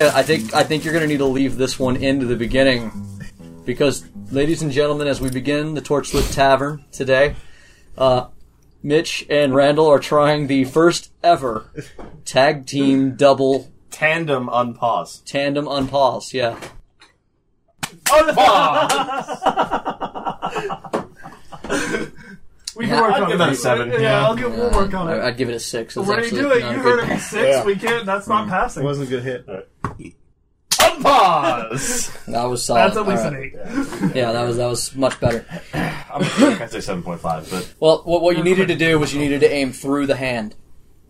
I think I think you're going to need to leave this one into the beginning because, ladies and gentlemen, as we begin the Torchlit Tavern today, uh, Mitch and Randall are trying the first ever tag team double Tandem on pause. tandem unpause. Yeah, We Yeah, can work I'd on give it. that a seven. Yeah, I'll give we'll work on I- it. I'd give it a six. It's What do you actually do it? not You a heard good- Mm. it at six. Yeah. We can't. That's not It passing. wasn't a good hit. Unpause. That was solid. That's at least All an right. eight. Yeah, that was that was much better. I'm going to say seven point five, but Well, what, what you needed to do was you needed to aim through the hand.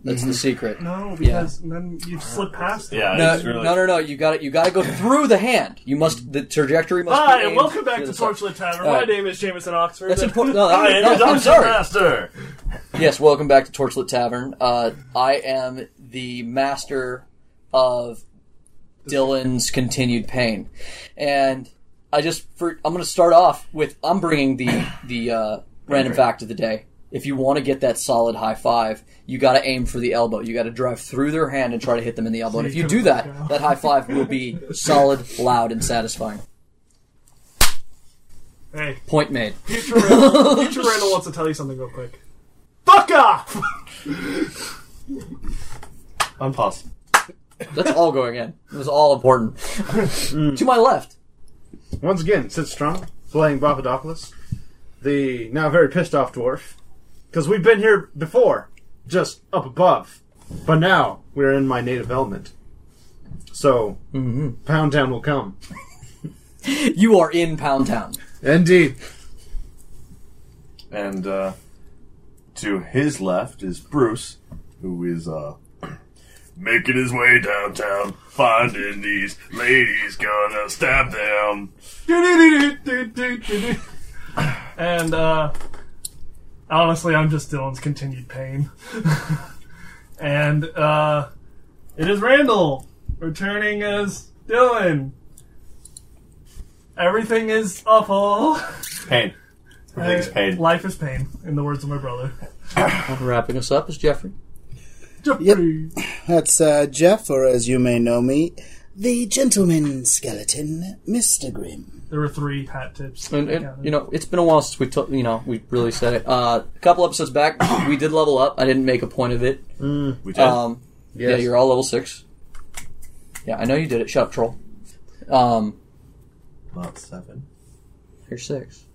That's Mm-hmm. the secret. No, because then you slip past. it. yeah, No, it's really no, no, no! You got it. You got to go through the hand. You must. The trajectory must. Hi, be aimed and welcome back through to the side. Torchlit Tavern. All My right. name is Jameson Oxford. That's important. No, I that- am no, the I'm dungeon sorry. master. Yes, welcome back to Torchlit Tavern. Uh, I am the master of Dylan's continued pain, and I just for I'm going to start off with I'm bringing the the uh, random fact of the day. If you want to get that solid high five, you got to aim for the elbow. You got to drive through their hand and try to hit them in the elbow. And if you do that, that high five will be solid, loud, and satisfying. Hey, Point made. future Randall, future Randall wants to tell you something real quick. Fuck off! Unpause. That's all going in. It was all important. to my left. Once again, sits strong, playing Papadopoulos, the now very pissed off dwarf, because we've been here before, just up above, but now we're in my native element. So, Mm-hmm. Pound Town will come. You are in Pound Town. Indeed. And uh, to his left is Bruce, who is uh, making his way downtown, finding these ladies, gonna stab them. and uh, honestly, I'm just Dylan's continued pain. and uh, it is Randall returning as Dylan. Everything is awful. Pain. Everything's Uh, pain. Life is pain, in the words of my brother. Wrapping us up is Jeffrey. Jeffrey. That's uh, Jeff, or as you may know me, the gentleman skeleton, Mr. Grimm. There were three hat tips. And, and you know, it's been a while since we took. You know, we really said it. Uh, a couple episodes back, we did level up. I didn't make a point of it. We did. Um, Yeah, Yes. you're all level six. Yeah, I know you did it. Shut up, troll. Um, Not seven. you're six.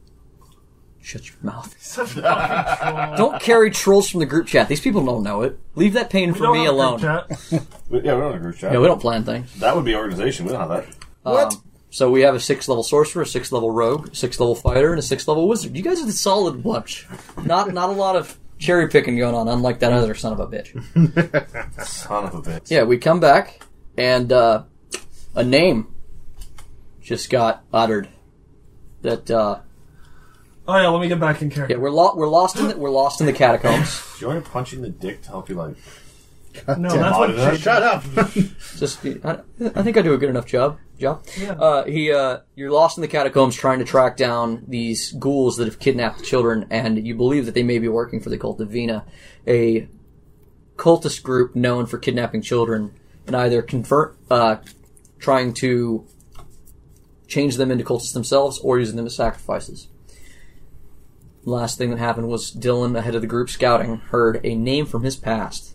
Shut your mouth. Such a fucking troll. Don't carry trolls from the group chat. These people don't know it. Leave that pain We for don't me have a alone. group chat. But, yeah, we're on a group chat. Yeah, we don't plan things. That would be organization. We don't have that. Um, so we have a six level sorcerer, a six level rogue, a six level fighter, and a six level wizard. You guys are the solid bunch. Not not a lot of cherry picking going on, unlike that other son of a bitch. Son of a bitch. Yeah, we come back and uh, a name just got uttered. That uh, Oh yeah, let me get back in yeah, character. we're lo- we're lost in the, we're lost in the catacombs. Do you want to punch you in the dick to help you, like, no, Oh, that's what Auditor? Jake- Shut up! Just I, I think I do a good enough job. Job. Yeah. Uh, he uh, you're lost in the catacombs trying to track down these ghouls that have kidnapped the children, and you believe that they may be working for the cult of Vina, a cultist group known for kidnapping children and either convert, uh, trying to change them into cultists themselves, or using them as sacrifices. Last thing that happened was Dylan, ahead of the group scouting, heard a name from his past.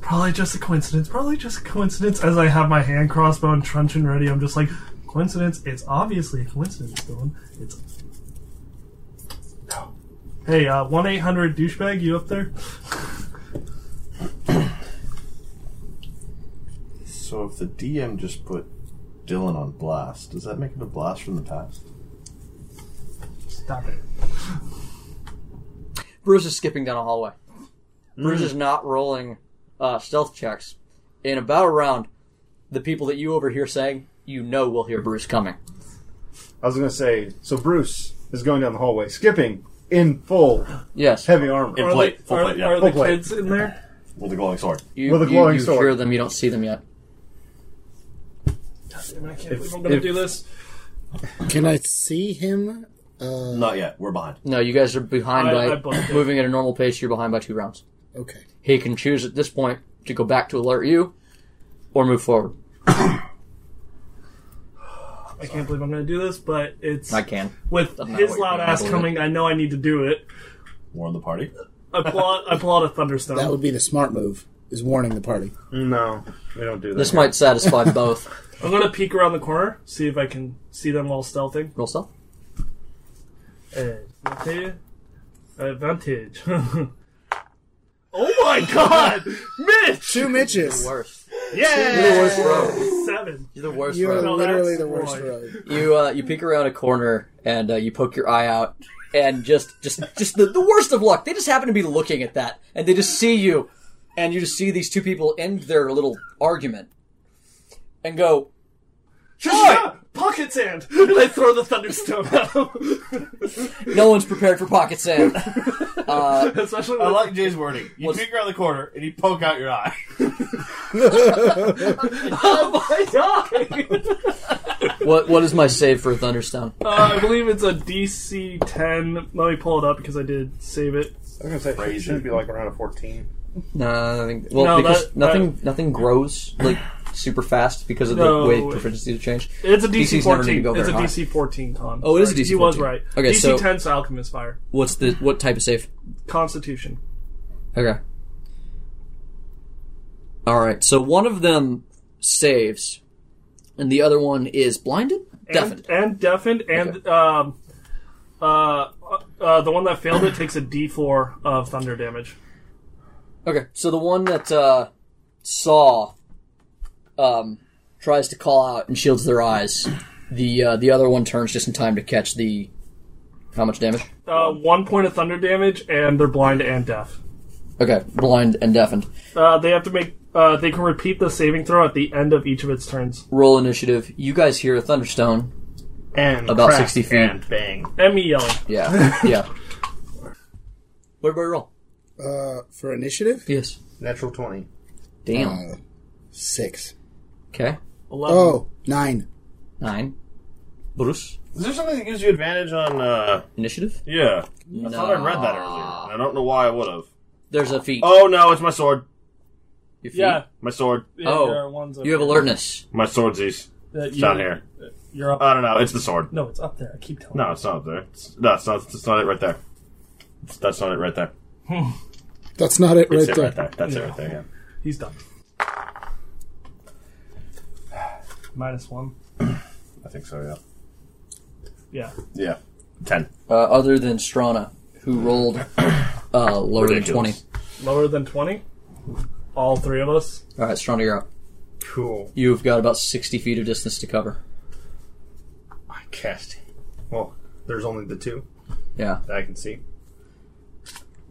Probably just a coincidence. Probably just a coincidence. Probably just a coincidence. As I have my hand crossbow and truncheon ready, I'm just like, coincidence? It's obviously a coincidence, Dylan. It's. No. Hey, uh, 1 800 douchebag, you up there? So if the DM just put Dylan on blast, does that make it a blast from the past? Stop it. Bruce is skipping down a hallway. Bruce is not rolling uh, stealth checks. In about a round, the people that you overhear saying, you know will hear Bruce coming. I was gonna say, so Bruce is going down the hallway, skipping in full Yes. heavy armor. In plate, full plate, yeah, are Full the plate. kids in there? with a glowing sword. You, With a you- glowing you sword. hear them, you don't see them yet. Damn, I can't believe I'm gonna if- do this. Can I see him? Not yet. We're behind. No, you guys are behind I- I by, booked it. moving at a normal pace, you're behind by two rounds. Okay. He can choose at this point to go back to alert you or move forward. I can't believe I'm going to do this, but it's I can. with I'm not his waiting. loud I ass believe coming. I know I need to do it. Warn the party. I pull out, I pull out a thunderstone. That would be the smart move, is warning the party. No, we don't do that. This might satisfy both. I'm going to peek around the corner, see if I can see them while stealthing. Roll stealth. Advantage. Advantage. oh my god! Mitch! Two Mitches! Worst. You're the yeah. worst rogue. Seven. You're the worst You're rogue. No, literally that's the worst right. rogue. You uh, you peek around a corner and uh, you poke your eye out and just just just the, the worst of luck. They just happen to be looking at that and they just see you and you just see these two people end their little argument and go, Boy! Pocket sand! And I throw the thunderstone at him. "No one's prepared for pocket sand." Especially I when like Jay's wording. You peek around the corner and you poke out your eye. Oh my god! what what is my save for a thunderstone? Uh, I believe it's a DC 10. Let me pull it up because I did save it. I was gonna say it should be like around a fourteen. No, I think- well No, because that- nothing nothing grows like super fast because of No, the way wait. proficiencies have changed. It's a DC DC's never gonna go 14. It's a very high. DC 14, Tom. Oh, it is a Right. DC He was 14. right. Okay, DC so- 10's Alchemist Fire. What's the what type of save? Constitution. Okay. All right. So one of them saves, and the other one is blinded, deafened. And, and deafened, and um, uh, uh, the one that failed it takes a D4 of thunder damage. Okay. So the one that uh, saw um, tries to call out and shields their eyes. The uh, the other one turns just in time to catch the how much damage? Uh, one point of thunder damage, and they're blind and deaf. Okay, blind and deafened. Uh, they have to make. Uh, they can repeat the saving throw at the end of each of its turns. Roll initiative. You guys hear a thunderstone. And About crack 60 feet. And bang. And me yelling. Yeah, yeah. Where'd everybody roll? Uh, for initiative? Yes. Natural twenty. Damn. Uh, six. Okay. Eleven. Oh, nine. Nine. Bruce. Is there something that gives you advantage on? uh Initiative. Yeah, No. I thought I read that earlier. and I don't know why I would have. There's a feat. Oh no, it's my sword. Your feet? Yeah. My sword. yeah Oh. there are ones up You have there alertness. My swordsies. that It's you- down here. You're up. I don't know. It's the sword. no, it's up there. I keep telling. No, it's not up there. It's, no, it's not. It's not it right there. It's- that's not it right there. That's not it It's right it there. right there. That's it right there. Yeah. you. He's done. Minus one. I think so. Yeah. Yeah. Yeah. Ten. Uh, other than Strana, who rolled uh, lower Ridiculous. than Lower than twenty. All three of us. 20. All right, Strana, you're up. Cool. You've got about 60 feet of distance to cover. I cast. Well, there's only the two Yeah. that I can see.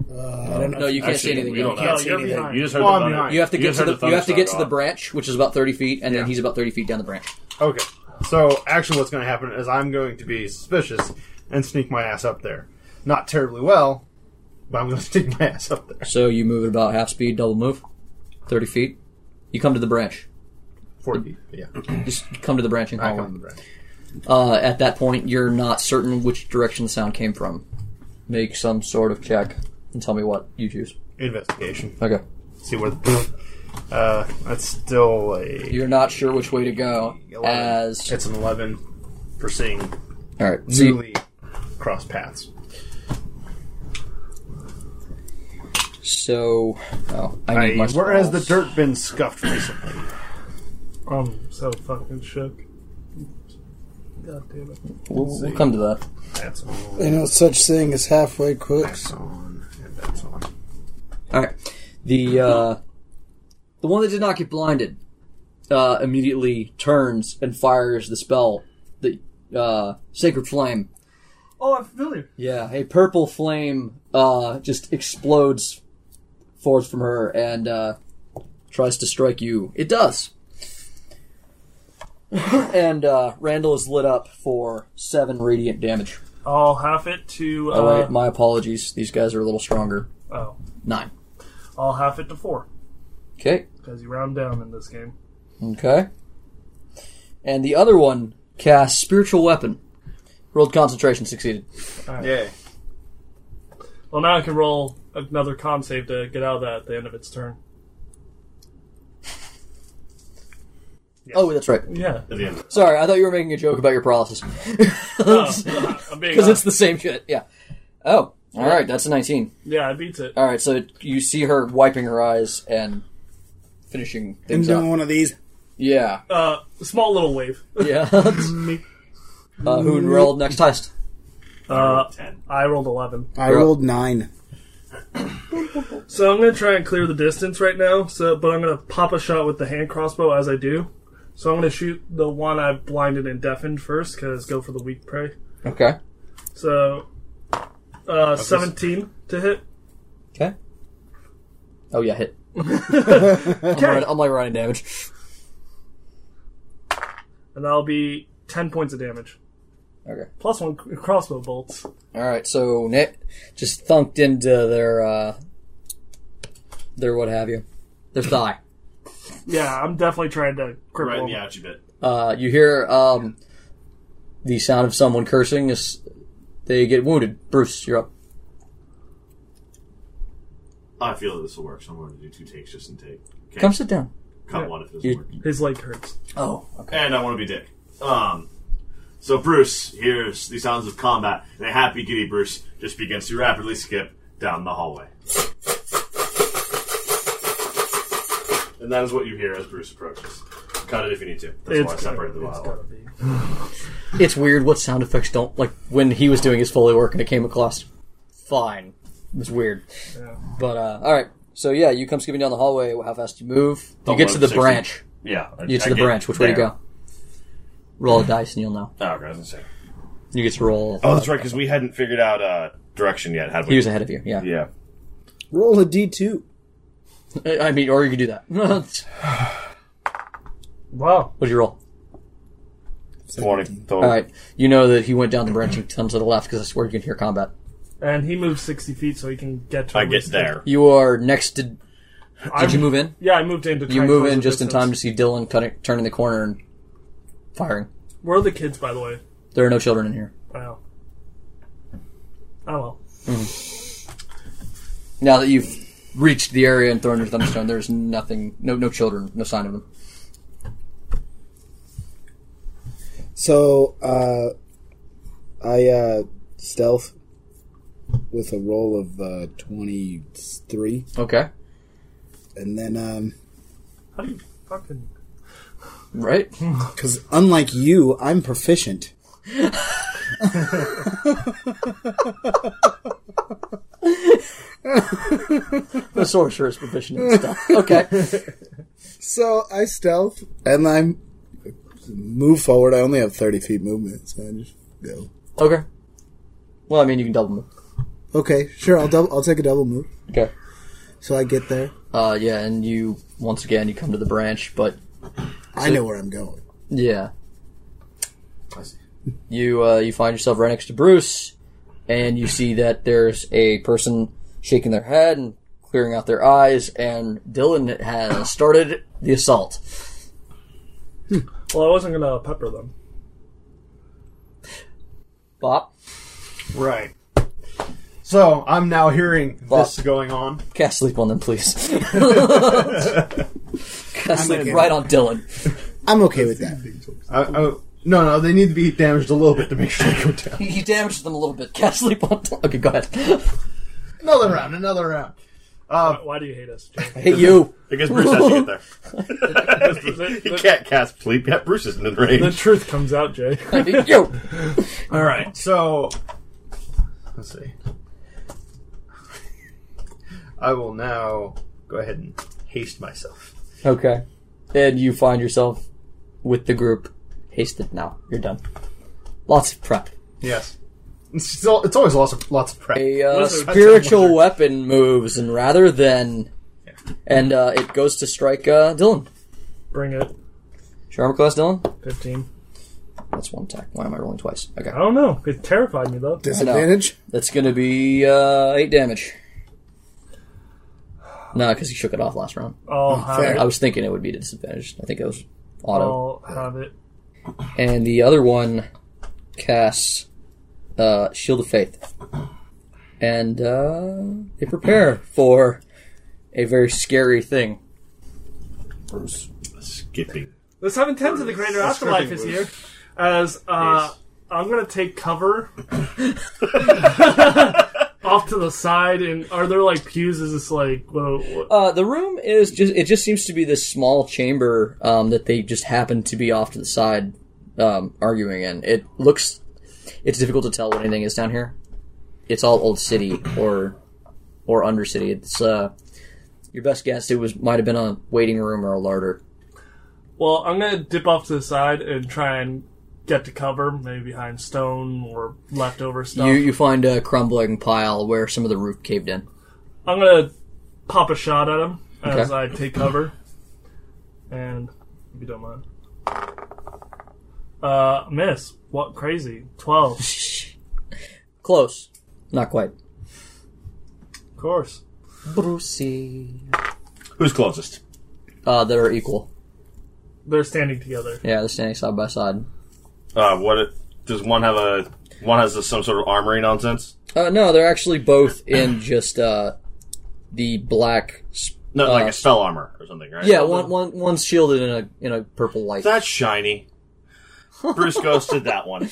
Uh, I don't know. No, you can't Actually, see anything. we You, don't can't No, see you're anything. behind. You just heard Well, I'm the thunder. behind. You have to You get just to heard the, you have to thunder get to start the off. branch, which is about 30 feet, and then Yeah. he's about 30 feet down the branch. Okay. So actually, what's going to happen is I'm going to be suspicious and sneak my ass up there. Not terribly well, but I'm going to sneak my ass up there. So you move at about half speed, double move, 30 feet. You come to the branch. Forty. Yeah. Just come to the branching I come to hallway. the branch. Uh, at that point, you're not certain which direction the sound came from. Make some sort of check and tell me what you choose. Investigation. Okay. See where the. Uh, that's still a. You're not sure which way to go 11. as It's an eleven for seeing all right. So you, newly cross paths. so oh, I I, need my where has the scrolls. dirt been scuffed recently? Um. So fucking shook. God damn it. We'll, we'll come to that. That's You on. know, such thing as halfway cooks. That's on. And that's on. All right. The uh, the one that did not get blinded uh, immediately turns and fires the spell, the uh, sacred flame. Oh, I'm familiar. Yeah, a purple flame uh, just explodes forth from her and uh, tries to strike you. It does. and uh, Randall is lit up for seven radiant damage. I'll half it to. Uh, oh, wait, my apologies. These guys are a little stronger. oh, Nine. I'll half it to four Okay. because you round down in this game. Okay. And the other one casts spiritual weapon. Rolled concentration, succeeded. Yeah. Well, now I can roll another con save to get out of that at the end of its turn. Oh, that's right. Yeah. At the end. Sorry, I thought you were making a joke about your paralysis. Because I'm being it's honest. the same shit. Yeah. Oh, all right. That's a 19. Yeah, I beat it. All right. So you see her wiping her eyes and finishing And things doing up. one of these. Yeah. Uh, small little wave. Yeah. uh, who enrolled next heist? Uh, Ten. I rolled 11. I You're up. rolled nine. So I'm going to try and clear the distance right now, So, but I'm going to pop a shot with the hand crossbow as I do. So I'm going to shoot the one I've blinded and deafened first, because go for the weak prey. Okay. So, uh, 17 to hit. Okay. Oh yeah, hit. I'm, Okay. like, I'm like running damage. And that'll be 10 points of damage. Okay. Plus one c- crossbow bolts. All right. So Nick just thunked into their uh, their what have you, their thigh. Yeah, I'm definitely trying to cripple Right in the him. ouchie bit. Uh, you hear um, the sound of someone cursing as they get wounded. Bruce, you're up. I feel that this will work, so I'm going to do two takes just in take. Okay. Come sit down. Cut Yeah. one if it doesn't You- work. His leg hurts. Oh, okay. And I want to be Dick. Um, so Bruce hears the sounds of combat, and a happy giddy Bruce just begins to rapidly skip down the hallway. And that is what you hear as Bruce approaches. Cut it if you need to. That's why I It's separated them gotta- it's out. gotta be. It's weird what sound effects don't like when he was doing his Foley work and it came across fine. It was weird. Yeah. But uh, all right. So yeah, you come skipping down the hallway. How fast do you move? You Double get to the 60. branch. Yeah. I- You get I to the branch. Which way to there. go? Roll a dice and you'll know. Oh, okay, I was gonna say. You get to roll. Oh, that's right, because we hadn't figured out uh, direction yet, had we? He was ahead of you. Yeah. yeah. Roll a d2. I mean, or you could do that. Wow. What'd you roll? 20. All right. You know that he went down the branch and turned to the left because that's where you can hear combat. And he moves 60 feet so he can get to I at get least- there. You are next to. Did I'm- you move in? Yeah, I moved in to You try and move close in the just in distance. time to see Dylan cutting, turning the corner and firing. Where are the kids, by the way? There are no children in here. Wow. Oh well. Now that you've reached the area and thrown your thunderstone, there's nothing, no, no children, no sign of them. So, uh, I, uh, stealth with a roll of, uh, 23. Okay, And then, um, How do you fucking? right? cause unlike you, I'm proficient. the sorcerer's proficient and stuff. Okay, So I stealth and I move forward. I only have 30 feet movement, so I just go. okay. Well, I mean, you can double move. Okay, sure, I'll double, I'll take a double move. Okay. So I get there. Uh, yeah, and you once again you come to the branch, but I know where I'm going. yeah, you uh, you find yourself right next to Bruce, and you see that there's a person shaking their head and clearing out their eyes, and Dylan has started the assault. Well, I wasn't gonna pepper them. Bob, Right. So I'm now hearing this Fuck. going on. cast sleep on them, please. cast sleep okay. right on Dylan. I'm okay with that. I, I, Uh, oh, no, no, they need to be damaged a little bit to make sure they go down. You- You damaged them a little bit. Cast sleep on. Dylan. Okay, go ahead. Another round, another round. Um, Why, why do you hate us? Jay? Hey, you. Because Bruce has to get there. he can't cast sleep yet. Bruce isn't in range. The truth comes out, Jay. you. All right, so let's see. I will now go ahead and haste myself. Okay. And you find yourself with the group hasted now. You're done. Lots of prep. Yes, it's still, it's always lots of lots of prep. A uh, Wizard. spiritual weapon moves, and rather than. And uh, it goes to strike uh, Dylan. Bring it. Charm class Dylan? Fifteen. That's one attack. Why am I rolling twice? Okay. I don't know. It terrified me though. Disadvantage? That's going to be uh, 8 damage. No, because he shook it off last round. I'll have fair. it. I was thinking it would be a disadvantage. I think it was auto. I'll have it. And the other one casts uh, Shield of Faith. And uh, they prepare for a very scary thing. Skipping. The seven tens of the greater afterlife is here. As uh, I'm gonna take cover off to the side, and are there like pews? Is this like well, what- Uh, the room is just, it just seems to be this small chamber um, that they just happen to be off to the side um, arguing in. It looks, it's difficult to tell what anything is down here. It's all old city or or undercity. It's uh, your best guess. It was might have been a waiting room or a larder. well, I'm gonna dip off to the side and try and get to cover, maybe behind stone or leftover stuff. You you find a crumbling pile where some of the roof caved in. I'm gonna pop a shot at him as Okay. I take cover, and if you don't mind, uh, miss. What crazy twelve? Close, not quite. Of course. Brucey. Who's closest? Uh, that are equal. They're standing together. Yeah, they're standing side by side. Uh, what it, does one have a one has this, some sort of armory nonsense? Uh, no, they're actually both in just uh, the black. Sp- No, like Uh, a spell armor or something, right? yeah, one, one, one's shielded in a in a purple light. That's shiny. Bruce ghosted that one.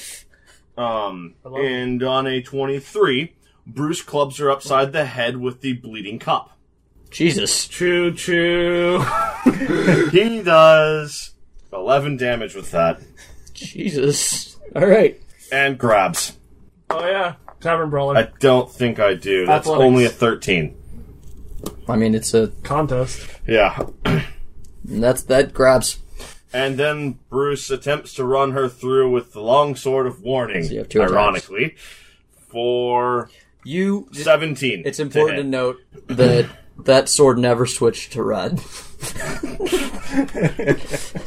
Um, Hello? and on a twenty-three, Bruce clubs her upside the head with the bleeding cup. Jesus, Choo choo. He does eleven damage with that Jesus. All right. and grabs. Oh yeah, tavern brawler I don't think I do. That's Athletics. only a thirteen. I mean, it's a contest. Yeah, that's that grabs. And then Bruce attempts to run her through with the long sword of warning, So you have two attacks. ironically, for You. 17. It's important to hit. note that that sword never switched to red.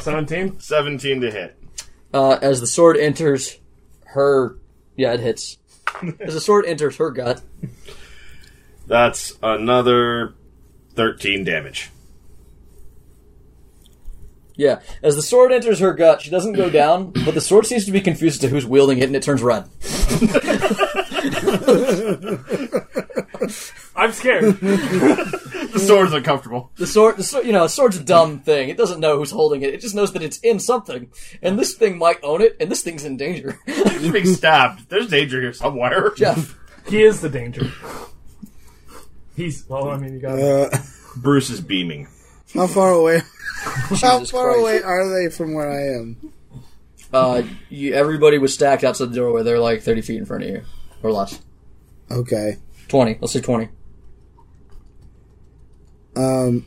Seventeen. 17 to hit. Uh, as the sword enters her, yeah, it hits. As the sword enters her gut, That's another 13 damage. yeah. As the sword enters her gut, she doesn't go down, but the sword seems to be confused as to who's wielding it, and it turns red. I'm scared. The sword's uncomfortable. The sword, the sword, you know, a sword's a dumb thing. It doesn't know who's holding it. It just knows that it's in something, and this thing might own it, and this thing's in danger. She's being stabbed. There's danger here somewhere. Jeff, he is the danger. He's well. I mean, you got. Uh, Bruce is beaming. how far away? how Jesus far Christ. away are they from where I am? uh, you, everybody was stacked outside the doorway. They're like thirty feet in front of you, or less. Okay. Twenty. Let's say twenty. Um,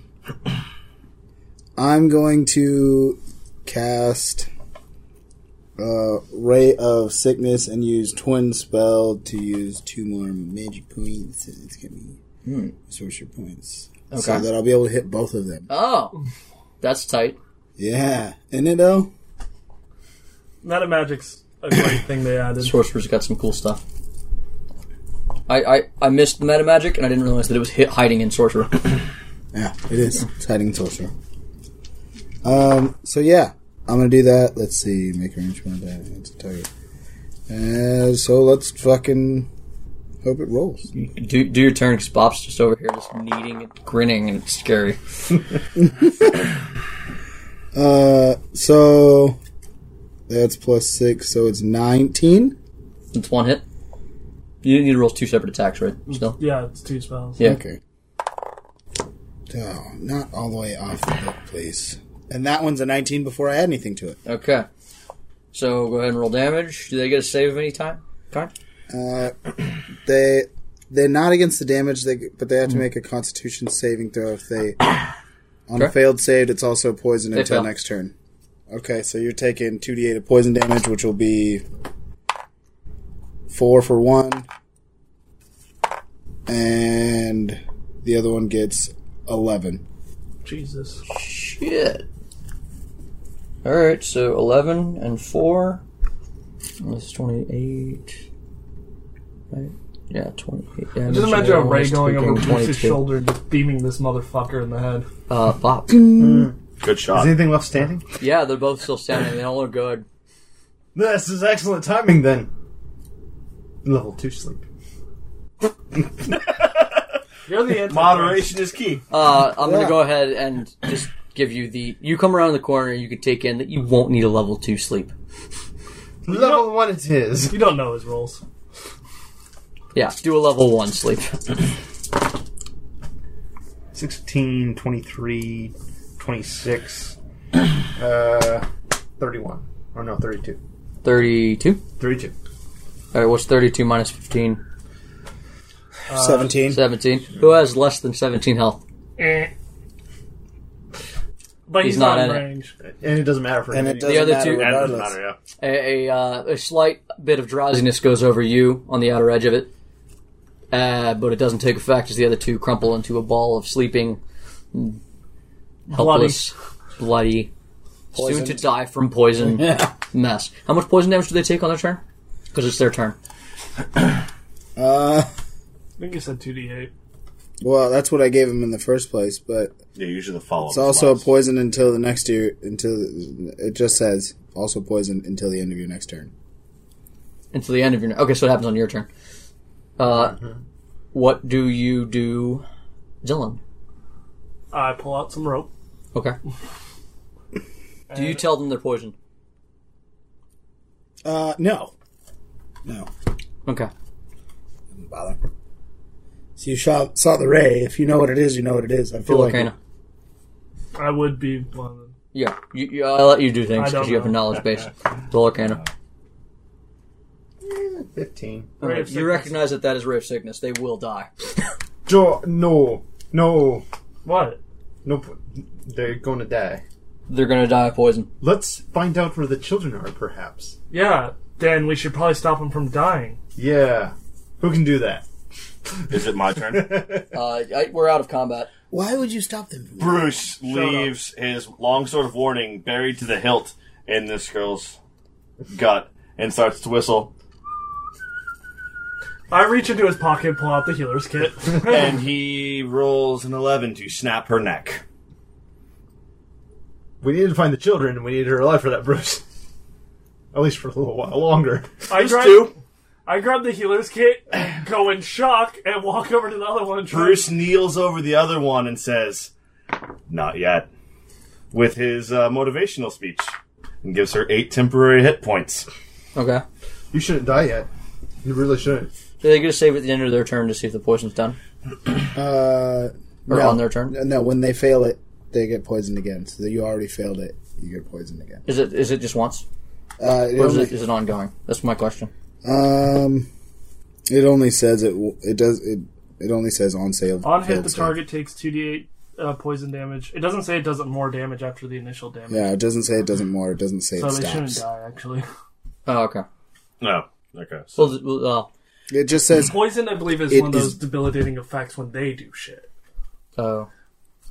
I'm going to cast uh, Ray of Sickness and use Twin Spell to use two more magic points. It's going to be sorcerer points. So Okay. that I'll be able to hit both of them. Oh, that's tight. Yeah. Isn't it, though? Not a magic's a great thing they added. Sorcerer's got some cool stuff. I, I, I missed the meta magic, and I didn't realize that it was hit hiding in sorcerer. Yeah, it is. It's hiding sorcerer. Um, so yeah, I'm gonna do that. Let's see, make arrangement. It's a target. And Uh, so let's fucking hope it rolls. do, do your turn, because Bob's just over here, just kneading and grinning, and it's scary. Uh, so that's plus six, so it's nineteen. It's one hit. You need to roll two separate attacks, right? Still. Yeah, it's two spells. Yeah. Okay. Oh, not all the way off the book, please. And that one's a nineteen before I add anything to it. Okay. So go ahead and roll damage. Do they get a save of any time? Kind? Uh, they they're not against the damage, they but they have Hmm. to make a Constitution saving throw if they on a Okay. failed save. It's also poison They until fail. next turn. Okay, so you're taking two d8 of poison damage, which will be four for one, and the other one gets eleven. Jesus. Shit. Alright, so 11 and 4. That's 28. Right? Yeah, 28. Yeah, I Just mentioned imagine a that one ray was going over tweaking Bruce's 22. shoulder and just beaming this motherfucker in the head. Uh, Bob. Good Is shot. anything left standing? yeah, they're both still standing. They don't look good. This is excellent timing then. Level 2 sleep. You're the anti Moderation is key. Uh, I'm Yeah. gonna go ahead and just give you the. You come around the corner, you can take in that you won't need a level two sleep. Level one it is. You don't know his rolls. Yeah, do a level one sleep. 16, 23, 26, uh, 31. Or no, 32. Thirty-two. 32. All right, what's thirty-two minus fifteen? 17. Uh, Seventeen. Who has less than seventeen health? Eh. But he's, He's not, not in in it. range. And it doesn't matter for and him. it doesn't other matter two- That doesn't regardless. matter, A, yeah. a, uh, a slight bit of drowsiness goes over you on the outer edge of it, uh, but it doesn't take effect as the other two crumple into a ball of sleeping, mm, helpless, bloody, soon to Poisoned. die from poison Yeah. mess. How much poison damage do they take on their turn? Because it's their turn. Uh, I think he said 2d8. well, that's what I gave him in the first place, but Yeah, usually the follow up. it's also a poison until the next year. Until it just says also poison until the end of your next turn. Until the end of your. Okay, so it happens on your turn. Uh, What do you do, Dylan? I pull out some rope. Okay. do you tell them they're poisoned? Uh, no, no, Okay. didn't bother. So you saw saw the ray. If you know what it is, you know what it is. I feel Full like arcana. I would be one of them. Yeah, you, you, I let you do things I don't because you have a know. knowledge base. Roll Arcana. 15. Alright, Rave you sickness. recognize that that is rave sickness. They will die. Jo- no. No. What? No. po- They're going to die. They're gonna die of poison. Let's find out where the children are, perhaps. Yeah, then we should probably stop him from dying. Yeah. Who can do that? Is it my turn? Uh, I, we're out of combat. why would you stop them? from that? Bruce leaves his longsword of warning buried to the hilt in this girl's gut and starts to whistle. I reach into his pocket, pull out the healer's kit. And he rolls an 11 to snap her neck. We need to find the children, and we need her alive for that, Bruce. At least for a little while longer. I grab, I grab the healer's kit, go in shock, and walk over to the other one. and try- Bruce kneels over the other one and says, Not yet. With his uh, motivational speech and gives her eight temporary hit points. Okay. You shouldn't die yet. You really shouldn't. Do they get a save at the end of their turn to see if the poison's done? Uh, Or no. on their turn? No, when they fail it, they get poisoned again. So you already failed it. You get poisoned again. Is it is it just once? Uh, it Or is only- it, is it ongoing? That's my question. Um, it only says it. w- It does. It it only says on sale. On hit, failed the sale. target takes 2d8 uh, poison damage. It doesn't say it does more damage after the initial damage. Yeah, it doesn't say it doesn't more. It doesn't say so it they shouldn't stops. die, actually. Oh, okay. No. Oh, Okay. So Well, th- well, uh, It just says Poison, I believe, is It one of those is- debilitating effects when they do shit. oh,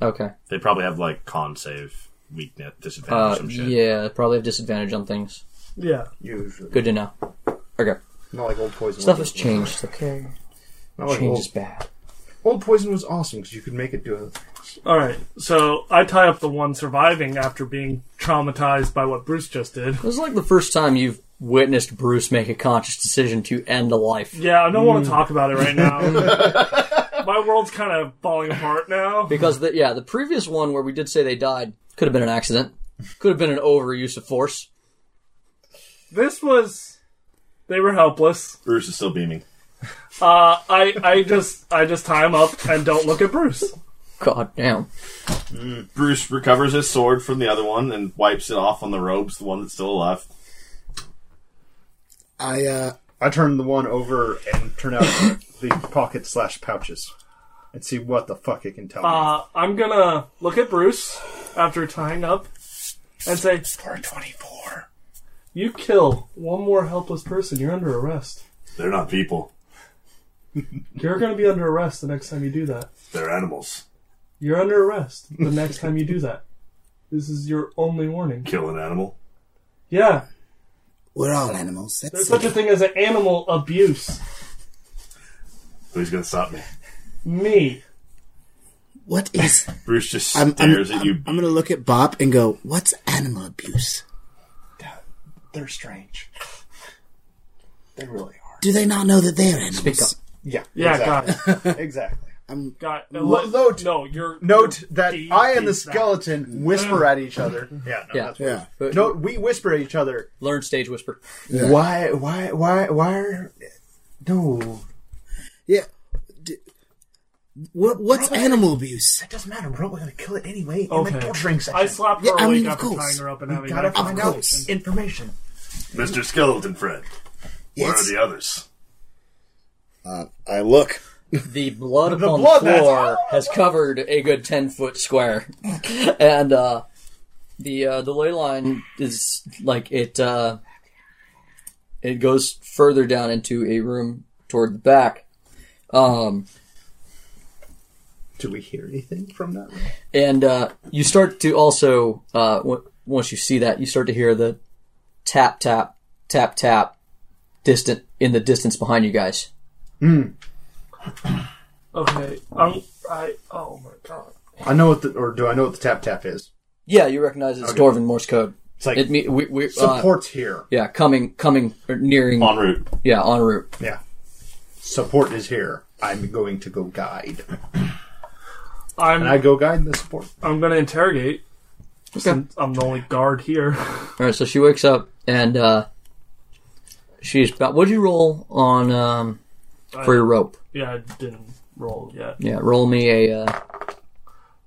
okay. they probably have like con save, weakness, disadvantage, Uh, some shit. yeah, probably have disadvantage on things. Yeah. Usually. Good to know. Okay. Not like old poison. Stuff was has changed. Okay. Not like Change Oh, old, is bad. old poison was awesome because you could make it do it. All right. So I tie up the one surviving after being traumatized by what Bruce just did. This is like the first time you've witnessed Bruce make a conscious decision to end a life. Yeah, I don't want Mm. to talk about it right now. My world's kind of falling apart now. Because the yeah, the previous one where we did say they died could have been an accident, could have been an overuse of force. This was they were helpless. Bruce is still beaming. Uh, I I just I just tie him up and don't look at Bruce. God damn. Bruce recovers his sword from the other one and wipes it off on the robes, the one that's still left. I. uh I turn the one over and turn out the pocket slash pouches and see what the fuck it can tell me. Uh, I'm gonna look at Bruce after tying up and say, For 24. "You kill one more helpless person, you're under arrest. They're not people. You're gonna be under arrest the next time you do that. They're animals. You're under arrest the next time you do that. This is your only warning." Kill an animal. Yeah, We're all animals. There's That's such a thing as an animal abuse. Who's gonna stop me? Me. what is. Bruce just I'm, I'm, stares I'm, at you. I'm gonna look at Bob and go. What's animal abuse? They're strange. They really are. Do they not know that they're animals? Pick up. Yeah. Yeah, exactly. exactly. I'm Got Lo- note- no, you're Note you're that deep I and the inside. skeleton whisper at each other. Yeah, no, Yeah. that's right. yeah. But Note we whisper at each other. learn stage whisper. Yeah. Why? Why? Why? Why? Are, no, Yeah. D- what what's animal abuse? it doesn't matter, bro. We're gonna kill it anyway. Okay. I slapped her Yeah, I awake mean, of after course. tying her up and having gotta that find out course. information. Mr. Skeleton Friend, where Yes. are the others? Uh, I look. The blood The upon blood the that's- floor has covered a good ten foot square, and uh, the uh, the ley line is like it uh, it goes further down into a room toward the back. Um, Do we hear anything from that? room? And uh, you start to also uh, w- once you see that you start to hear the tap tap tap tap distant in the distance behind you guys. Okay, um, I oh my god. I know what the or do I know what the tap tap is? Yeah, you recognize it's Dwarven Morse code. It's like It me we we uh, support's here. yeah coming coming or nearing En route. yeah en route. Yeah, support is here. I'm going to go guide, I'm and I go guide the support. I'm gonna interrogate. Okay. since I'm the only guard here. All right, so she wakes up and uh, she's about. What'd you roll on um, for your rope? yeah, I didn't roll yet. Yeah, roll me a uh,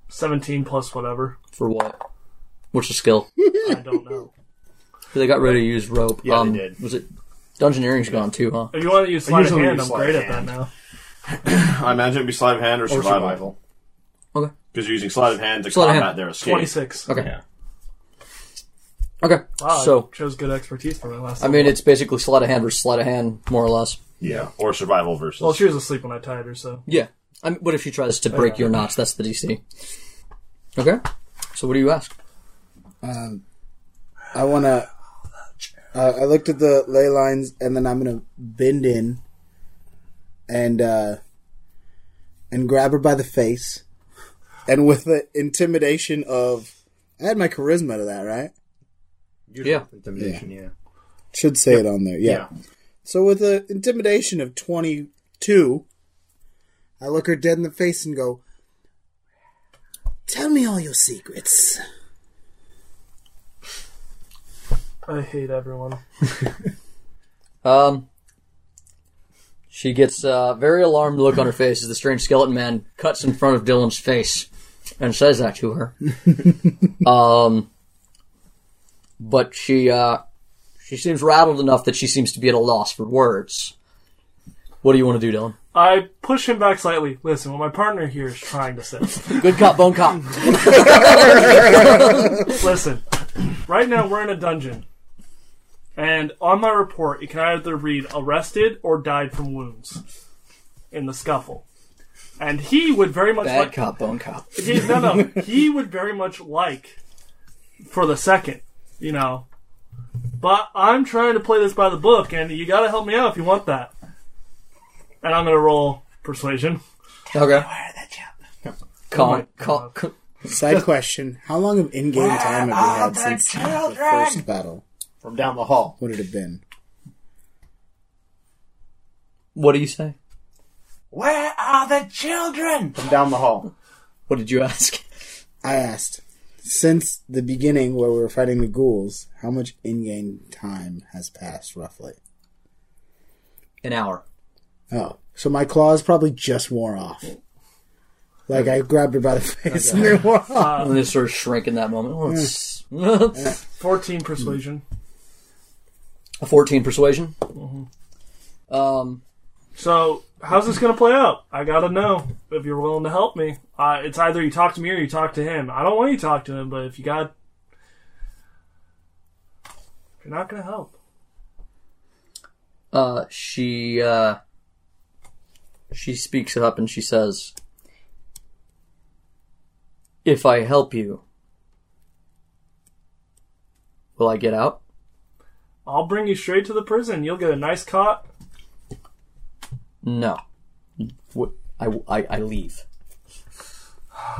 Seventeen plus whatever. for what? What's the skill? I don't know. They got ready to use rope. Yeah, they um, did. Was it Dungeoneering's gone too, huh? If you want to use sleight of Usually hand, I'm use sleight great of at that hand. now. I imagine it'd be sleight of hand or Or survival. survival. Because you're using sleight of hand to Sleight of combat hand. their escape. Twenty-six. Okay. Okay. Wow, so I chose good expertise for my last. I mean, it's basically sleight of hand versus sleight of hand, more or less. Yeah. Or survival versus. well, she was asleep when I tied her, so Yeah. I mean, what if she tries to break your knots? That's the DC. Oh, Okay. So what do you ask? Um, I want to. Uh, I looked at the ley lines, and then I'm gonna bend in and uh, and grab her by the face, and with the intimidation of, I had my charisma to that, right? Yeah. intimidation. Yeah. Should say it on there, yeah. So with the intimidation of twenty two, I look her dead in the face and go, "Tell me all your secrets." I hate everyone. Um. She gets a very alarmed look on her face as the strange skeleton man cuts in front of Dylan's face and says that to her. um, but she uh, she seems rattled enough that she seems to be at a loss for words. What do you want to do, Dylan? I push him back slightly. Listen, what my partner here is trying to say. Good cop, bone cop. Listen, right now we're in a dungeon. And on my report, it can either read arrested or died from wounds in the scuffle. And he would very much Bad like. cop, bone cop. He, no, no. He would very much like for the second, you know. But I'm trying to play this by the book, and you gotta help me out if you want that. And I'm gonna roll persuasion. Okay. Con, con, con- Side question: How long of in-game time have we had since the first battle? From down the hall. Would it have been? what do you say? Where are the children? From down the hall. What did you ask? I asked. Since the beginning, where we were fighting the ghouls, how much in-game time has passed roughly? An hour. Oh, so my claws probably just wore off. Like I grabbed her by the face and they wore off. And they sort of shrink in that moment. Oh, it's- 14 persuasion. a 14 persuasion. Um, So, how's this going to play out? I got to know if you're willing to help me. Uh, it's either you talk to me or you talk to him. I don't want you to talk to him, but if you got. If you're not going to help. uh, she uh, she speaks up and she says, "If I help you, will I get out?" I'll bring you straight to the prison. You'll get a nice cot. No, Wh- I, I, I leave.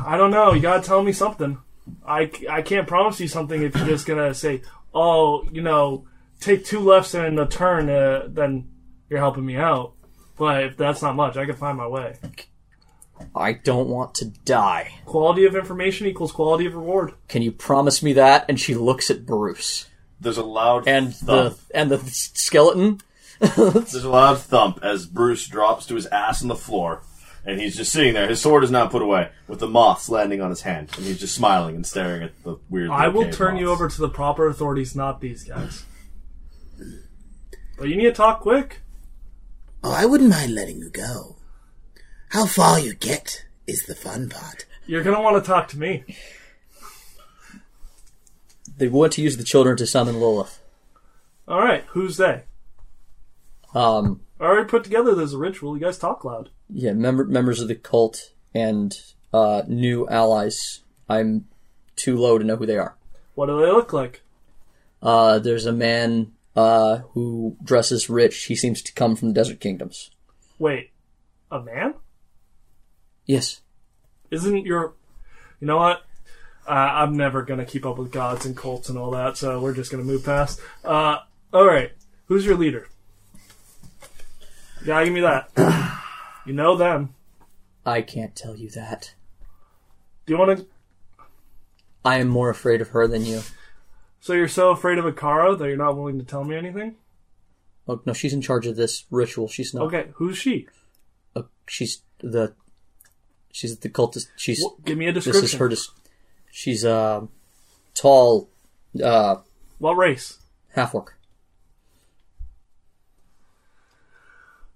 I don't know. You got to tell me something. I, I can't promise you something if you're just going to say, oh, you know, take two lefts and a turn, uh, then you're helping me out. But if that's not much, I can find my way. I don't want to die. Quality of information equals quality of reward. Can you promise me that? And she looks at Bruce There's a loud and thump. the and the skeleton. There's a loud thump as Bruce drops to his ass on the floor, and he's just sitting there. His sword is now put away, with the moths landing on his hand, and he's just smiling and staring at the weird. I little will cave turn you moths. over to the proper authorities, not these guys. But you need to talk quick. Oh, I wouldn't mind letting you go. How far you get is the fun part. You're gonna want to talk to me. They want to use the children to summon Lilith. All right, who's they? Um, I already put together. There's a ritual. You guys talk loud. yeah, member, members of the cult and uh, new allies. I'm too low to know who they are. What do they look like? Uh, there's a man uh, who dresses rich. He seems to come from the desert kingdoms. Wait, a man? Yes. Isn't your? You know what? Uh, I'm never gonna keep up with gods and cults and all that, so we're just gonna move past. Uh, all right, who's your leader? Yeah, give me that. you know them. I can't tell you that. Do you want to? I am more afraid of her than you. So you're so afraid of Akara that you're not willing to tell me anything? Oh no, she's in charge of this ritual. She's not. Okay, who's she? Uh, she's the. She's the cultist. She's. Wh- Give me a this description. is her. Dis- she's uh, tall, uh, what race? half orc.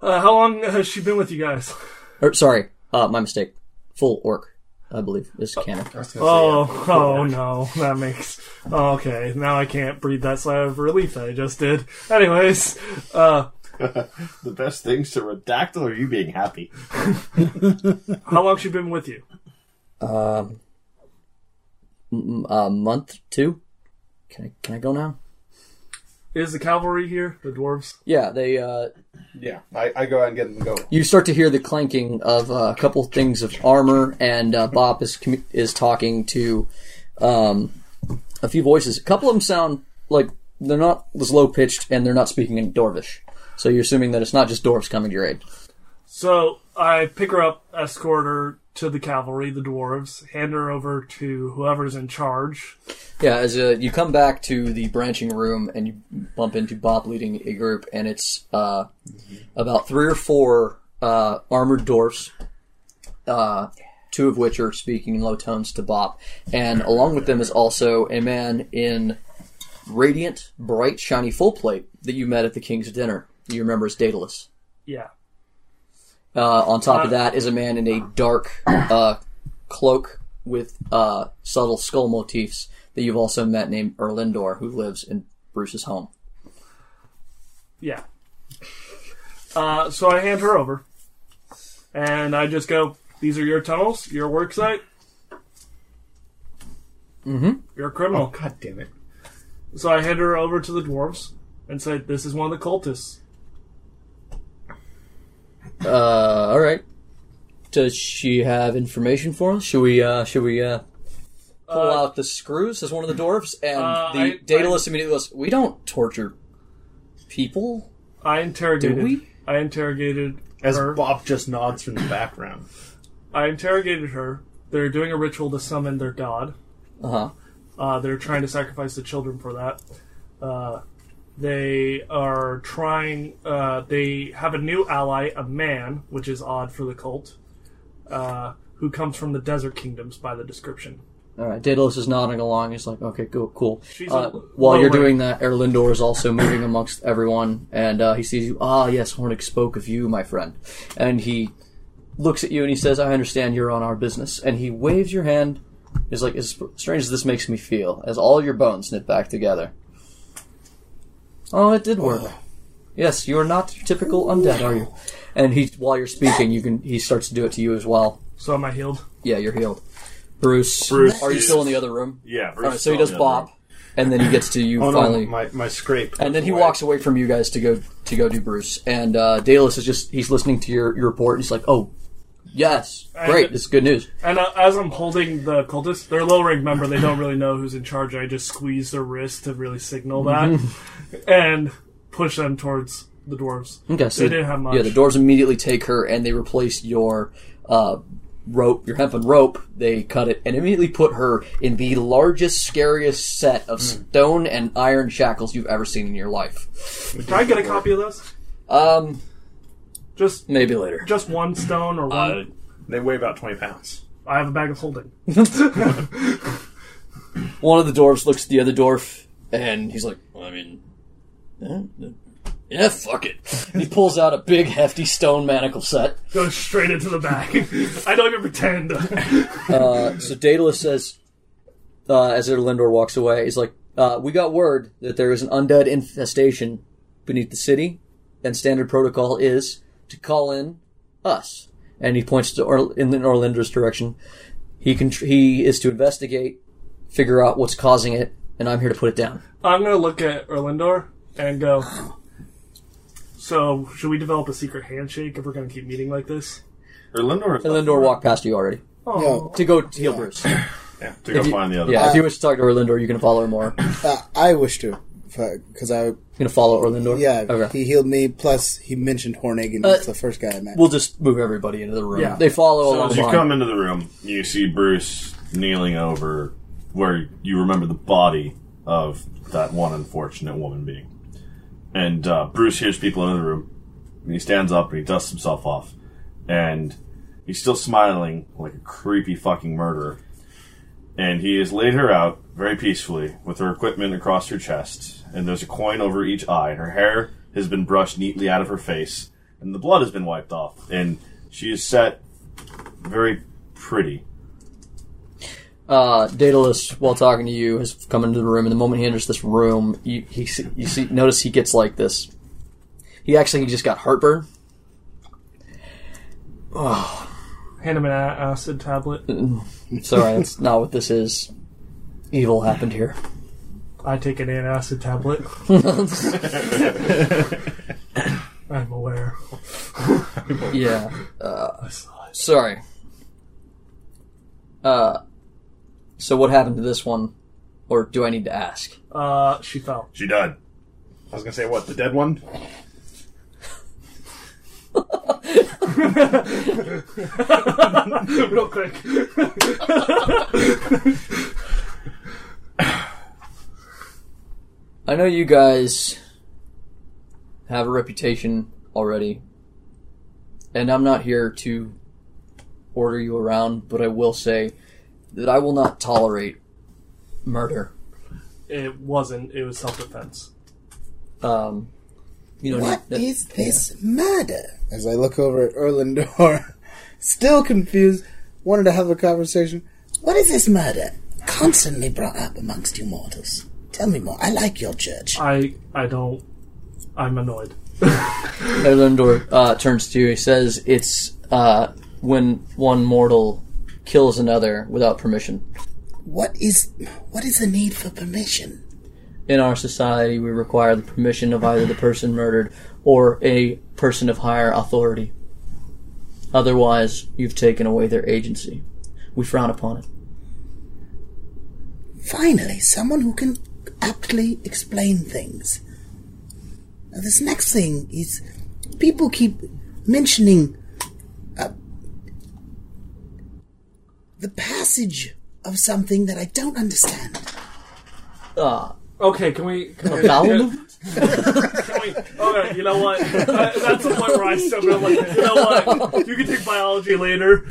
Uh, how long has she been with you guys? Or sorry, uh, my mistake. Full orc, I believe is canon. Oh, oh no, that makes okay. Now I can't breathe that sigh of relief that I just did. Anyways, uh, The best things to redactal are you being happy. how long she been with you? A month two. Can I can I go now? Is the cavalry here? The dwarves? Yeah, they. Uh, Yeah, I, I go out and get them to go. you start to hear the clanking of uh, a couple things of armor, and uh, Bop is commu- is talking to um, a few voices. A couple of them sound like they're not as low pitched, and they're not speaking in Dorvish. So you're assuming that it's not just dwarves coming to your aid. So I pick her up, escort her to the cavalry, the dwarves, hand her over to whoever's in charge. Yeah, as uh you come back to the branching room and you bump into Bob leading a group, and it's uh, about three or four uh, armored dwarfs, uh, two of which are speaking in low tones to Bob. And along with them is also a man in radiant, bright, shiny full plate that you met at the king's dinner. You remember as Daedalus. Yeah. Uh, on top of that is a man in a dark uh, cloak with uh, subtle skull motifs that you've also met named Erlindor, who lives in Bruce's home. Yeah. Uh, so I hand her over, and I just go, "These are your tunnels, your work site. Mm-hmm. You're a criminal." Oh, God damn it. So I hand her over to the dwarves and say, "This is one of the cultists." Uh, all right. Does she have information for us? Should we? Uh, should we? Uh, pull Uh, out the screws as one of the dwarves, and uh, the I- Daedalus immediately goes, "We don't torture people, I do interrogated. we?" I interrogated As her. Bob just nods from the background. I interrogated her. They're doing a ritual to summon their god. Uh huh. Uh, they're trying to sacrifice the children for that. Uh, they are trying. Uh, they have a new ally, a man, which is odd for the cult, uh, who comes from the desert kingdoms by the description. All right, Daedalus is nodding along. He's like, "Okay, cool, cool." She's Uh, a- while you're lower. doing that, Erlindor is also moving amongst everyone, and uh, he sees you. Ah, yes, Hornick spoke of you, my friend. And he looks at you and he says, "I understand you're on our business." And he waves your hand. He's like, "As strange as this makes me feel, as all your bones knit back together." Oh, it did work. Yes, you are not your typical undead, are you? And he, while you're speaking, you can he starts to do it to you as well. So am I healed? Yeah, you're healed. Bruce, Bruce are you is- still in the other room? Yeah. Bruce All right, so he is does on the other bop, and then he gets to you Oh finally, no, my, my scrape. and then he walks away from you guys to go to go do Bruce. And uh, Daedalus is just he's listening to your, your report, and he's like, "Oh, yes, great, this is good news." And uh, as I'm holding the cultist, they're low rank member. They don't really know who's in charge. I just squeeze their wrist to really signal that, and push them towards the dwarves. Okay, so They didn't have much. yeah, the dwarves immediately take her, and they replace your uh, rope, your hempen rope, they cut it and immediately put her in the largest, scariest set of stone and iron shackles you've ever seen in your life. Can I get a copy of those? Um, Just maybe later. just one stone or one. Uh, They weigh about 20 pounds. I have a bag of holding. one of the dwarfs looks at the other dwarf and he's like, I mean, eh, yeah, fuck it. He pulls out a big, hefty stone manacle set. Go straight into the bag. I don't even pretend. So Daedalus says, uh, as Lindor walks away, he's like, uh, "We got word that there is an undead infestation beneath the city, and standard protocol is to call in us." And he points to or- in Orlando's direction. He can he is to investigate, figure out what's causing it, and I'm here to put it down. I'm gonna look at Erlindor and go. So, should we develop a secret handshake if we're gonna keep meeting like this? Erlindor is Lindor walked past you already No, to go heal Bruce. yeah, to go you- find the other. Yeah, if you wish to talk to Orlindor, you can follow him more. You're uh, I wish to, because I gonna follow Orlindor. yeah Okay. he healed me. Plus he mentioned Hornigan. Uh, That's the first guy I met. We'll just move everybody into the room. Yeah. They follow So along. as you the line. come into the room, you see Bruce kneeling over where you remember the body of that one unfortunate woman being. And uh, Bruce hears people in the room, and he stands up and he dusts himself off, and he's still smiling like a creepy fucking murderer. And he has laid her out very peacefully with her equipment across her chest, and there's a coin over each eye, and her hair has been brushed neatly out of her face, and the blood has been wiped off, and she is set very pretty. uh, Daedalus, while talking to you, has come into the room, and the moment he enters this room, you, he see- you see notice he gets like this. He actually just got heartburn. Hand him an a- acid tablet. Sorry, that's not what this is. Evil happened here. I take an antacid tablet. I'm aware. Yeah. Uh, sorry. Uh, so what happened to this one, or do I need to ask? Uh, she fell. She died. I was going to say, what, the dead one? Real quick. I know you guys have a reputation already, and I'm not here to order you around, but I will say that I will not tolerate murder. It wasn't. It was self-defense. Um, you know What that- is this murder? As I look over at Erlindor, still confused, wanted to have a conversation. What is this murder? Constantly brought up amongst you mortals. Tell me more. I like your church. I I don't. I'm annoyed. Erlendor uh, turns to you. He says, "It's uh, when one mortal kills another without permission. What is what is the need for permission? In our society, we require the permission of either the person murdered or a person of higher authority. Otherwise, you've taken away their agency. We frown upon it. Finally, someone who can aptly explain things. Now, this next thing is people keep mentioning uh, the passage of something that I don't understand. Okay, can we? Can we, Gollum? can we okay, you know what? Uh, that's the point where I step in. I'm like, you know what? You can take biology later.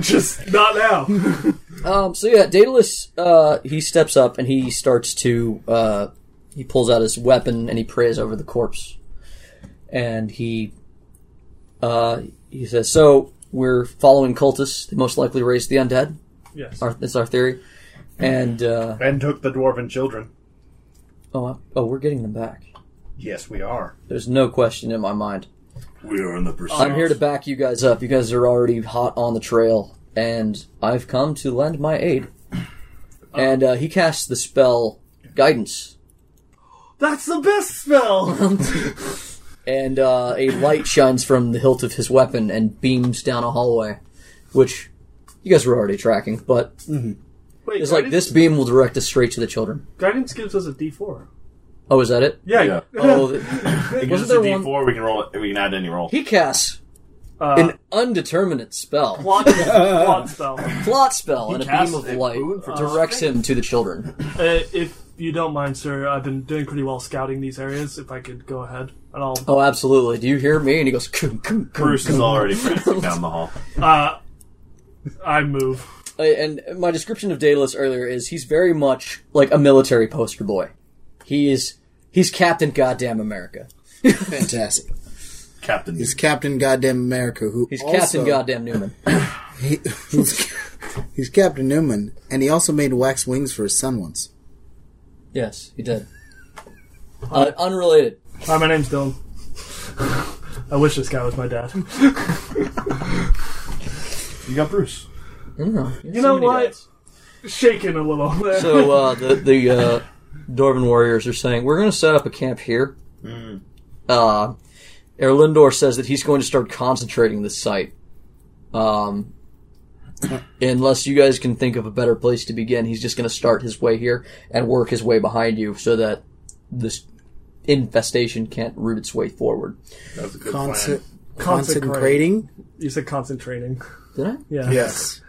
Just not now. Um, so yeah, Daedalus, uh, he steps up and he starts to, uh, he pulls out his weapon and he prays over the corpse. And he, uh, he says, so we're following cultists. They most likely raised the undead. Yes. Our, that's our theory. And, uh, And took the dwarven children. oh, I- oh, we're getting them back. Yes, we are. There's no question in my mind. We are in the pursuit. I'm here to back you guys up. You guys are already hot on the trail, and I've come to lend my aid. Uh, And uh, he casts the spell Guidance, That's the best spell. and uh, a light shines from the hilt of his weapon and beams down a hallway, which you guys were already tracking, but Wait, it's like guidance- this beam will direct us straight to the children. Guidance gives us a D4. Oh, is that it? Yeah. Yeah. Oh, th- It wasn't gives us there a one- D4. We can roll. it- We can add any roll. he casts Uh, An undeterminate spell. Plot, Block, block spell. spell and a casts beam of a light boon for directs him to the children. Uh, if you don't mind, sir, I've been doing pretty well scouting these areas. If I could go ahead, and I'll Oh, absolutely. Do you hear me? And he goes, "Kung, kung, kung, Bruce is kung." already prancing down the hall. Uh, I move. Uh, and my description of Daedalus earlier is he's very much like a military poster boy. He is he's Captain Goddamn America. Fantastic. Captain. He's Captain Goddamn America, who He's also, Captain Goddamn Newman. He, he's, he's Captain Newman, and he also made wax wings for his son once. yes, he did. Uh, unrelated. Hi, my name's Dylan. I wish this guy was my dad. you got Bruce. You know what? Shaking a little. So uh, the the uh, Dwarven warriors are saying we're going to set up a camp here. Uh, Erlindor says that he's going to start concentrating this site. Um, unless you guys can think of a better place to begin, he's just going to start his way here and work his way behind you so that this infestation can't root its way forward. That's a good Conce- Consecrating. concentrating? You said concentrating. Did I? Yeah. Yes.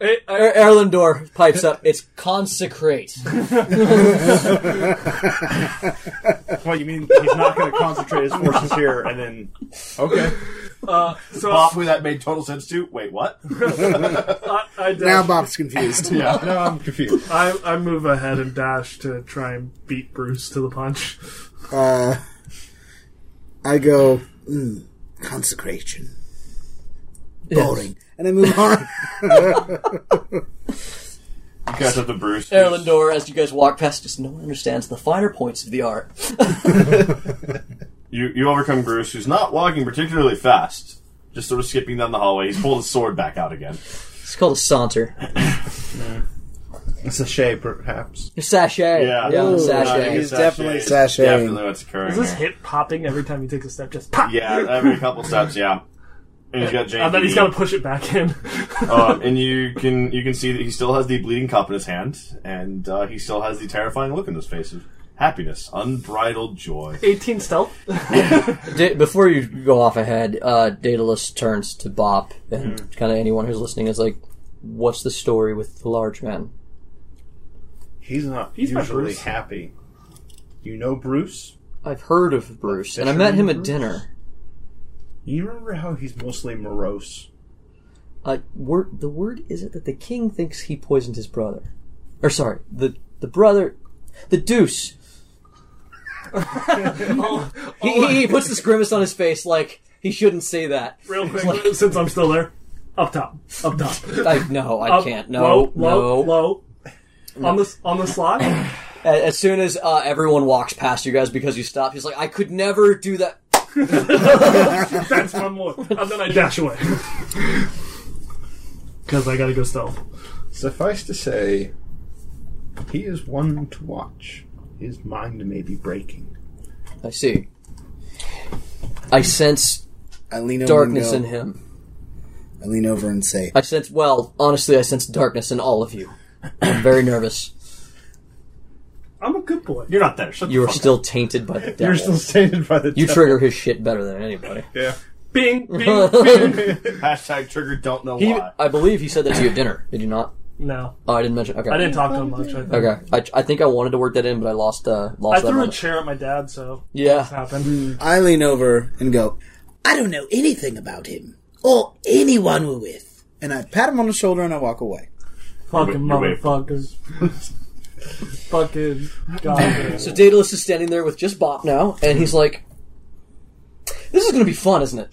Eh, I- Er- Erlindor pipes up. It's consecrate. Well, you mean he's not going to concentrate his forces here and then. Okay. so Hopefully that made total sense too. Wait, what? I, I, Now dash, Bob's confused. Yeah, no, I'm confused. I, I move ahead and dash to try and beat Bruce to the punch. Uh, I go, mm, consecration. Boring. And I move on. You guys have the Bruce. Erlindor, as you guys walk past, just no one understands the finer points of the art. You you overcome Bruce, who's not walking particularly fast, just sort of skipping down the hallway. He's pulled his sword back out again. It's called a saunter. It's a shay, perhaps. A sachet. Yeah, a Ooh. I think sachet. it's He's definitely it's sashaying. Definitely what's occurring. Is this here. hip popping every time you take a step? Just pop. Yeah, every couple steps. Yeah, and he's got Jane. I bet he's got to push it back in. um, and you can you can see that he still has the bleeding cup in his hand, and uh, he still has the terrifying look in his face of happiness, unbridled joy. 18 stealth. Da- before you go off ahead, uh, Daedalus turns to Bop and Hmm. kind of anyone who's listening is like, "What's the story with the large man?" He's not He's my usually Bruce. happy. You know Bruce? I've heard of Bruce, and I met him at dinner. You remember how he's mostly morose? Uh, word, the word is it that the king thinks he poisoned his brother, or sorry, the the brother, the Deuce. he, he, he puts this grimace on his face, like he shouldn't say that. Real quick, since I'm still there. Up top. Up top. I no, I Up, can't. No, low, no. low, low. On the, on the slot. A- As soon as uh, everyone walks past you guys because you stop, he's like, "I could never do that." That's one more. And then I dash away. Because I gotta go stealth. Suffice to say, he is one to watch. His mind may be breaking. I see. I sense I lean over darkness in and go, him. I lean over and say, I sense, well, honestly, I sense darkness in all of you. I'm very nervous. I'm a good boy. You're not there. Shut the You are fuck still tainted by the devil. You're still stated by the you trigger his shit better than anybody. Yeah. Bing, bing, bing. up. hashtag trigger. Don't know He, why. I believe he said that to you at dinner. Did you not? no, Oh, I didn't mention. Okay, I didn't talk to him much. I, think. Okay, I, I think I wanted to work that in, but I lost. Uh, I lost that threw a moment. chair at my dad, so yeah, happened. I lean over and go, I don't know anything about him or anyone we're with. and I pat him on the shoulder and I walk away. Fucking You're waiting. motherfuckers. Fucking goddamn. So Daedalus is standing there with just Bop now, and he's like, "This is going to be fun, isn't it?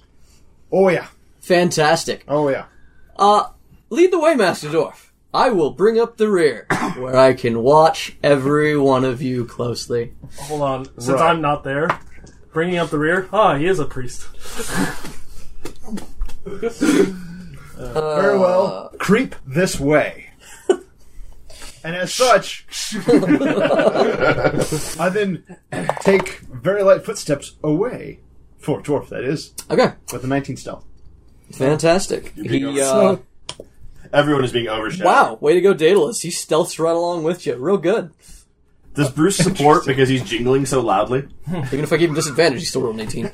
Oh, yeah. Fantastic! Oh, yeah. Uh, Lead the way, Master Dwarf. I will bring up the rear, where I can watch every one of you closely." Hold on. Since Right. I'm not there, bringing up the rear. Ah, he is a priest. Uh. Very well. Creep this way. and as such, I then take very light footsteps away. For a dwarf, that is, Okay, with a 19 stealth. fantastic. being He, uh, Everyone is being overshadowed. wow, way to go, Daedalus. He stealths right along with you, real good. Does Bruce support because he's jingling so loudly? Even if I gave him disadvantage, he still rolled an eighteen.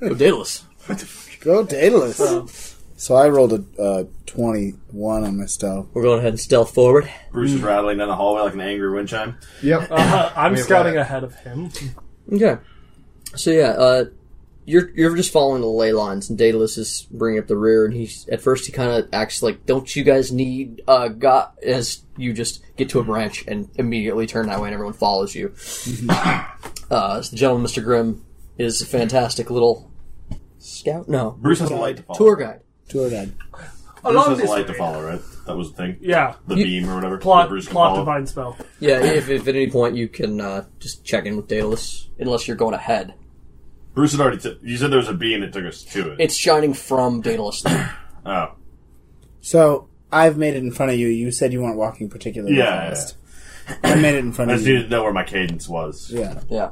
go Daedalus. What the fuck? Go Daedalus. Oh. So I rolled a uh, 21 on my stealth. We're going ahead and stealth forward. Bruce is rattling down the hallway like an angry wind chime. Yep. Uh, I'm We've scouting got it. ahead of him. Okay. So yeah, uh, you're you're just following the ley lines, and Daedalus is bringing up the rear. And he's at first he kind of acts like, "Don't you guys need uh God?" As you just get to a branch and immediately turn that way, and everyone follows you. Mm-hmm. uh, so the gentleman, Mister Grimm, is a fantastic little scout. No, Bruce has a light to follow. tour guide. Tour guide. Bruce Along has a this light to area. follow, right? That was the thing. Yeah. The beam or whatever. that Plot, Bruce can plot follow. divine spell. Yeah, if, if at any point you can uh, just check in with Daedalus, unless you're going ahead. Bruce had already. T- you said there was a beam that took us to it. It's shining from Daedalus. though. oh, So I've made it in front of you. You said you weren't walking particularly Yeah, fast. I made it in front I of just you. needed to know where my cadence was. Yeah. yeah.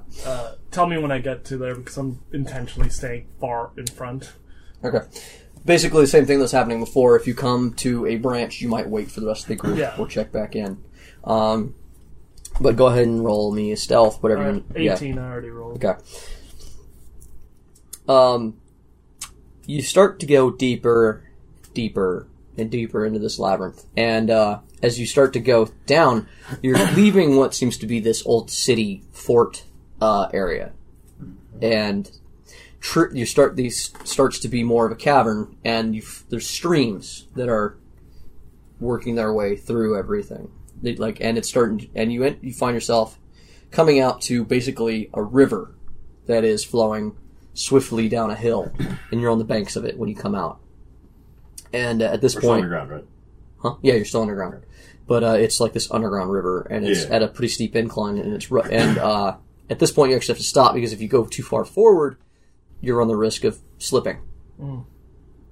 Tell me when I get to there because I'm intentionally staying far in front. Okay. Basically, the same thing that's happening before. If you come to a branch, you might wait for the rest of the group. Yeah. We'll check back in. Um, but go ahead and roll me a stealth, whatever. All right, you, yeah. 18, I already rolled. Okay. Um, you start to go deeper, deeper, and deeper into this labyrinth. And uh, as you start to go down, you're leaving what seems to be this old city fort uh, area, and tr- you start these starts to be more of a cavern, and you've, there's streams that are working their way through everything. They, like, and it's starting, and you en- you find yourself coming out to basically a river that is flowing swiftly down a hill, and you're on the banks of it when you come out. And uh, at this We're still point, underground, right? Huh? Yeah, you're still underground. But uh, it's like this underground river, and it's Yeah. at a pretty steep incline, and it's ru- and uh, at this point you actually have to stop because if you go too far forward, you run the risk of slipping.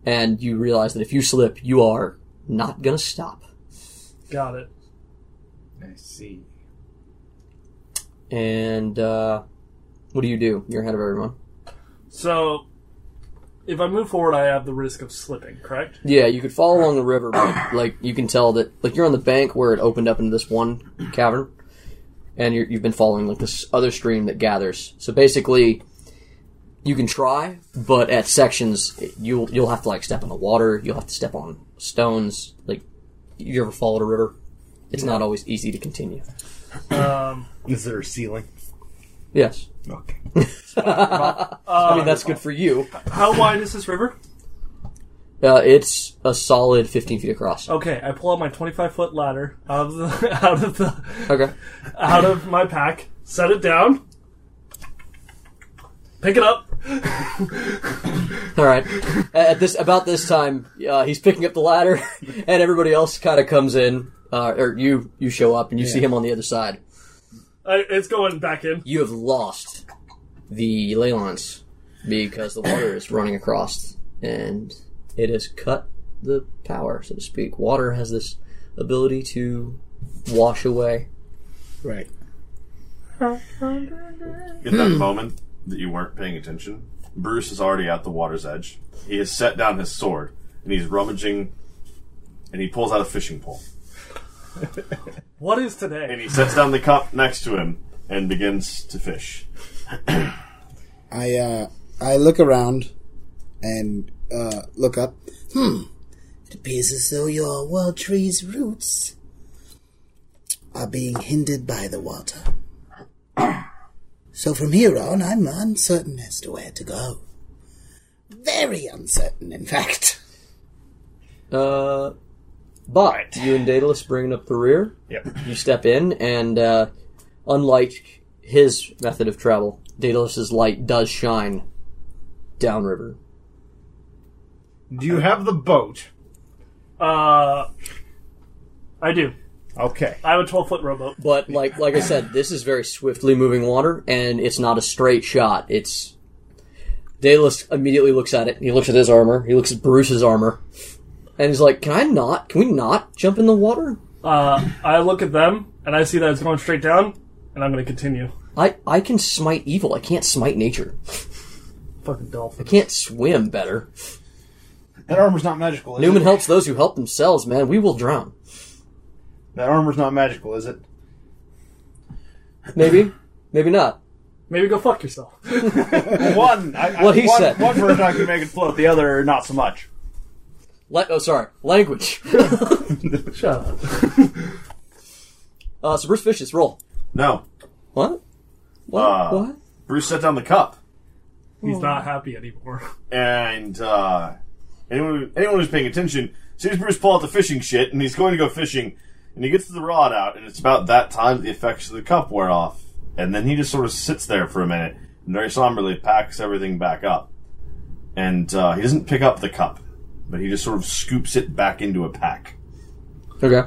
And you realize that if you slip, you are not gonna stop. Got it. I see. And uh, what do you do? You're ahead of everyone. So, if I move forward, I have the risk of slipping, correct? Yeah, you could follow along the river, but like you can tell that like you're on the bank where it opened up into this one cavern, and you're, you've been following like this other stream that gathers. So basically, you can try, but at sections it- you'll you'll have to like step on the water, you'll have to step on stones. Like you ever followed a river, it's not always easy to continue. Um, Is there a ceiling? Yes, Okay. I mean that's good for you. how wide is this river? Uh, it's a solid 15 feet across. Okay, I pull out my 25 foot ladder out of the out of the Okay. out of my pack, set it down, pick it up. All right. At this about this time, uh, he's picking up the ladder, and everybody else kind of comes in, uh, or you you show up and you see him on the other side. I, it's going back in. You have lost the ley lines because the water is running across, and it has cut the power, so to speak. Water has this ability to wash away. Right. In that moment that you weren't paying attention, Bruce is already at the water's edge. He has set down his sword and he's rummaging, and he pulls out a fishing pole What is today? and he sets down the cup next to him and begins to fish. I uh, I look around and uh, look up. Hmm. It appears as though your world tree's roots are being hindered by the water. so from here on, I'm uncertain as to where to go. Very uncertain, in fact. Uh, but you and Daedalus bringing up the rear. Yep. You step in, and uh, unlike his method of travel, Daedalus's light does shine downriver. Do you have the boat? Uh, I do. Okay. I have a 12 foot rowboat. But like like I said, this is very swiftly moving water, and it's not a straight shot. It's Daedalus immediately looks at it. He looks at his armor. He looks at Bruce's armor, and he's like, "Can I not? Can we not jump in the water? Uh, I look at them and I see that it's going straight down, and I'm going to continue. I I can smite evil. I can't smite nature. Fucking dolphin. Can't swim better." That armor's not magical, is Newman it? helps those who help themselves, man. We will drown. That armor's not magical, is it? Maybe, maybe not. Maybe go fuck yourself. One, I, I, What he one, said. one version I can make it float, the other not so much. Le- oh, sorry, language. Shut up. uh, so Bruce Vicious, roll. No, What? What? Uh, what? Bruce set down the cup, He's not happy anymore. and uh, anyone anyone who's paying attention sees Bruce pull out the fishing shit, and he's going to go fishing, and he gets the rod out, and it's about that time the effects of the cup wear off, and then he just sort of sits there for a minute, and very somberly packs everything back up, and uh, he doesn't pick up the cup, but he just sort of scoops it back into a pack, Okay.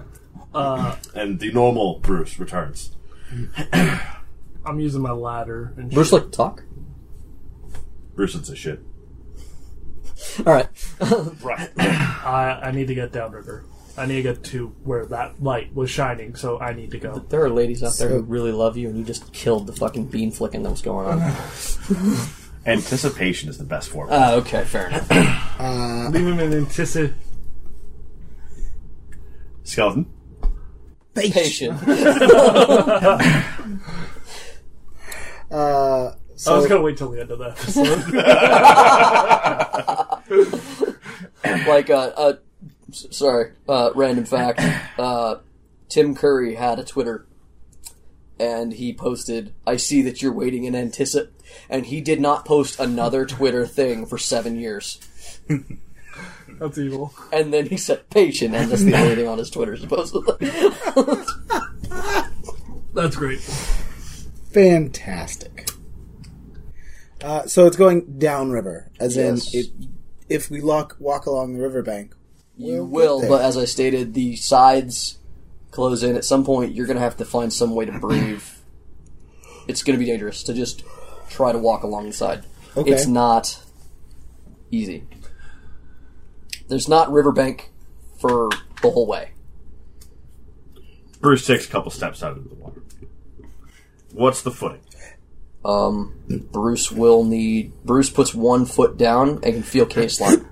and the normal Bruce returns. I'm using my ladder. And Bruce, shit. like, talk. Bruce it's a shit. All right. Right. I, I need to get downriver. I need to get to where that light was shining, so I need to go. There are ladies out there who really love you, and you just killed the fucking bean flicking that was going on. Anticipation is the best form. Ah, okay, fair enough. Leave him in anticipation. Skeleton. Patient. Uh, so, I was gonna wait till the end of that. like, uh, uh, s- sorry, uh, random fact. Uh, Tim Curry had a Twitter, and he posted, I see that you're waiting in anticip, and he did not post another Twitter thing for seven years. That's evil. And then he said patient, and that's the only thing on his Twitter, supposedly. That's great. fantastic. Uh, so it's going downriver, as Yes. in it, if we lock, walk along the riverbank. You We'll will, get but as I stated, the sides close in. At some point, you're going to have to find some way to breathe. it's going to be dangerous to just try to walk along the side. Okay. It's not easy. There's not riverbank for the whole way. Bruce takes a couple steps out into the water. What's the footing? Um, Bruce will need. Bruce puts one foot down and can feel case line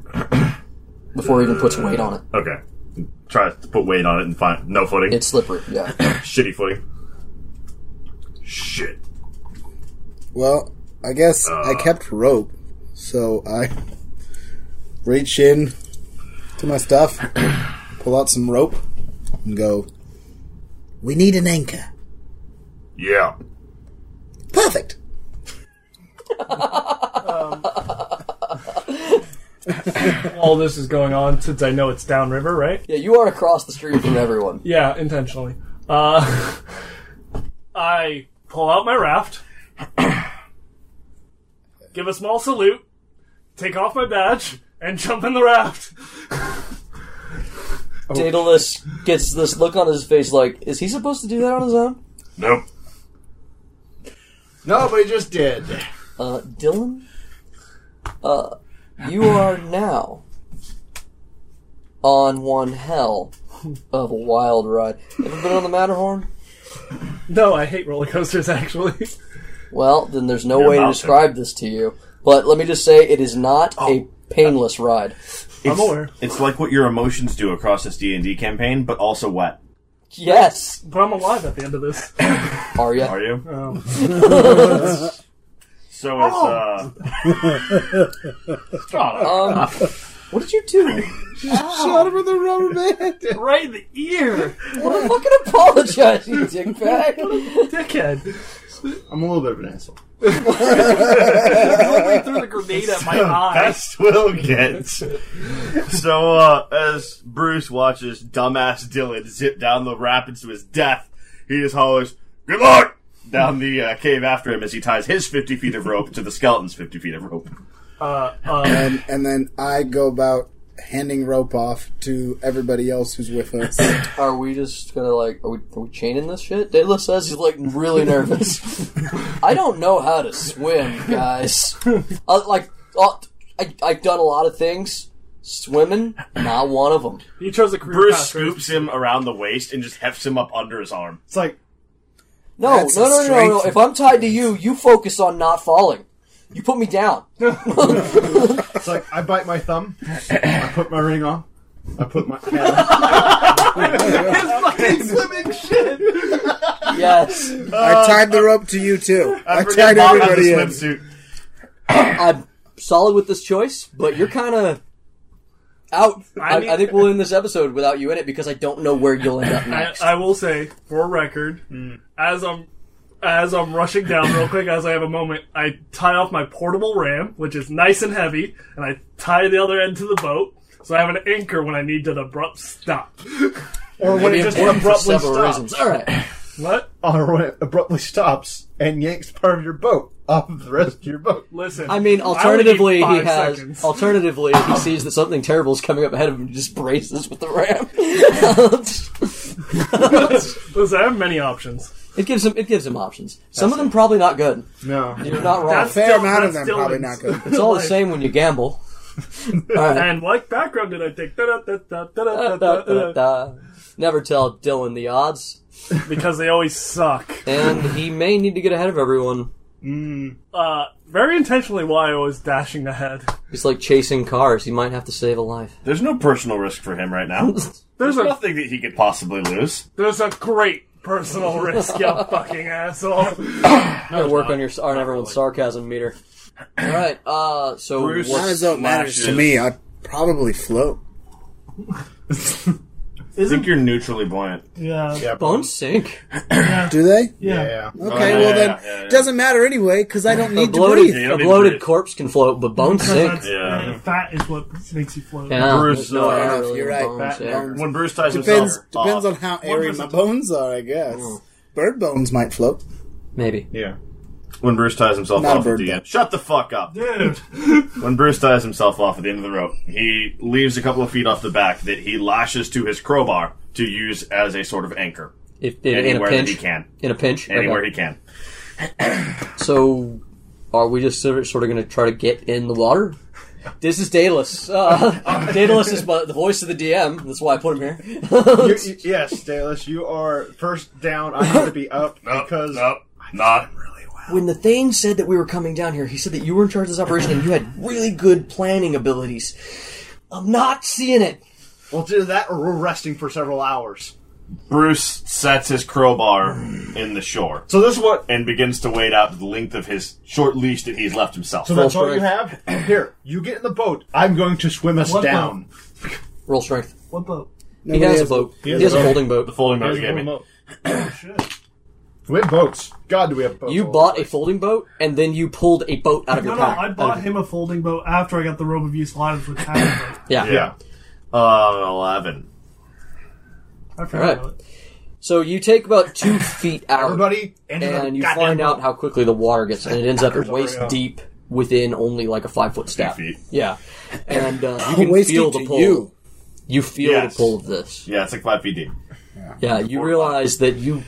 before he even puts weight on it. Okay. Try to put weight on it and find no footing. It's slippery. Yeah. Shitty footing. Shit. Well, I guess I Uh. kept rope, so I reach in to my stuff, pull out some rope, and go. We need an anchor. Yeah. Perfect. All this is going on since I know it's downriver, right? Yeah. You are across the street from everyone. Yeah, intentionally. Uh, I pull out my raft, give a small salute, take off my badge, and jump in the raft. Daedalus gets this look on his face like, is he supposed to do that on his own? Nope. Nobody just did. Uh, Dylan, uh, you are now on one hell of a wild ride. Ever been on the Matterhorn? No, I hate roller coasters. Actually, Well, then there's no You're way to about to. describe this to you. But let me just say, it is not a painless ride. It's, aware. It's like what your emotions do across this D and D campaign, but also wet. Yes, but I'm alive at the end of this. are you? Are you? Um, So it's uh Um, what did you do? Shot him with a rubber band. right in the ear, Well, then fucking apologize, you dickbag. dickhead. I'm a little bit of an asshole. They threw the grenade at my eye. Best will get. So, uh, as Bruce watches dumbass Dylan zip down the rapids to his death, he just hollers, Good luck! down the uh, cave after him as he ties his 50 feet of rope to the skeleton's 50 feet of rope. Uh, uh, And, and then I go about handing rope off to everybody else who's with us. Uh, Are we just gonna like? Are we, are we chaining this shit? Daedalus says he's like really nervous. I don't know how to swim, guys. Uh, like, uh, I I've done a lot of things. Swimming, not one of them. he chose a career Bruce path, right? scoops him around the waist and just hefts him up under his arm. It's like No, That's no, a no, no, no, no. strength. If I'm tied to you, you focus on not falling. You put me down. it's like I bite my thumb. I put my ring on. I put my hand. Yeah, yes. I tied the rope to you too. I, forget tied Bob had the everybody in. swimsuit. I'm solid with this choice, but you're kind of out. I, need- I think we'll end this episode without you in it because I don't know where you'll end up I, next. I will say, for record, as I'm as I'm rushing down real quick, as I have a moment, I tie off my portable ram, which is nice and heavy, and I tie the other end to the boat, so I have an anchor when I need an abrupt stop. Or when Be it just important for abruptly several stops. reasons. All right. What? Or when it abruptly stops and yanks part of your boat off of the rest of your boat. Listen, I mean, only need alternatively, he five has. seconds. Alternatively, he sees that something terrible is coming up ahead of him. He just braces with the ram. Listen, I have many options. it gives him. It gives him options. Some of them probably not good. No. You're not wrong. That's Fair still- amount of that's them still probably in- not good. it's all the same when you gamble. All right. And what background did I take? Da, da, da, da. Never tell Dylan the odds, Because they always suck. and he may need to get ahead of everyone. Uh, very intentionally, why I was dashing ahead. He's like chasing cars. He might have to save a life. There's no personal risk for him right now. There's a Nothing that he could possibly lose. there's a great personal risk, you fucking asshole. Gotta work on your on everyone's sarcasm meter. All right. Uh, so Bruce- None what- of that matters to Slashes. me. I'd probably float. I think you're neutrally buoyant. Yeah. Yeah. bones sink. Do they? Yeah. Oh, yeah, Okay, well yeah, then, yeah, yeah, yeah. doesn't matter anyway because I don't A need to bloated, breathe. Yeah, you don't a need to bloated breathe. corpse can float, but bones sink. That's, Yeah. uh, Fat is what makes you float. Yeah, Bruce, there's no uh, air really Oh, you're in right. bones, Fat yeah. bones. When Bruce ties Depends himself depends off, on how airy my percent. bones are, I guess. Hmm. Bird bones might float. Maybe. Yeah. when Bruce ties himself Not a off at bird, the though. end. Shut the fuck up. Dude. When Bruce ties himself off at the end of the rope, he leaves a couple of feet off the back that he lashes to his crowbar to use as a sort of anchor. If, in- in a Anywhere that pinch, he can. in a pinch. Anywhere Okay. he can. So, are we just sort of, sort of going to try to get in the water? This is Daedalus. Uh, Daedalus is bu- the voice of the DM. That's why I put him here. You, you, yes, Dallas, you are first down. I'm going to be up because Nope. Not. when the Thane said that we were coming down here, he said that you were in charge of this operation and you had really good planning abilities. I'm not seeing it. well, do that or we're resting for several hours. Bruce sets his crowbar in the shore So this is what. and begins to wade out to the length of his short leash that he's left himself. So that's all you strength. have. Here, you get in the boat. I'm going to swim us What down. Roll strength. What boat? He has, a boat. He has, a holding the boat. folding boat Here's you gave one me. boat. We have boats. God, do we have boats? You all bought over. a folding boat and then you pulled a boat out of No, your no, pack. I bought him a folding boat after I got the robe of use lives with Adam. Yeah. Yeah. Uh, 11. I forgot Alright. about it. So you take about two feet out. Everybody, into the and you goddamn find boat. out how quickly the water gets, and it ends up at waist up. deep within only like a five foot step. feet. Yeah, and uh, you can Waist feel the deep to pull. you. You feel Yes. the pull of this. Yeah, it's like 5 feet deep. Yeah, you realize that you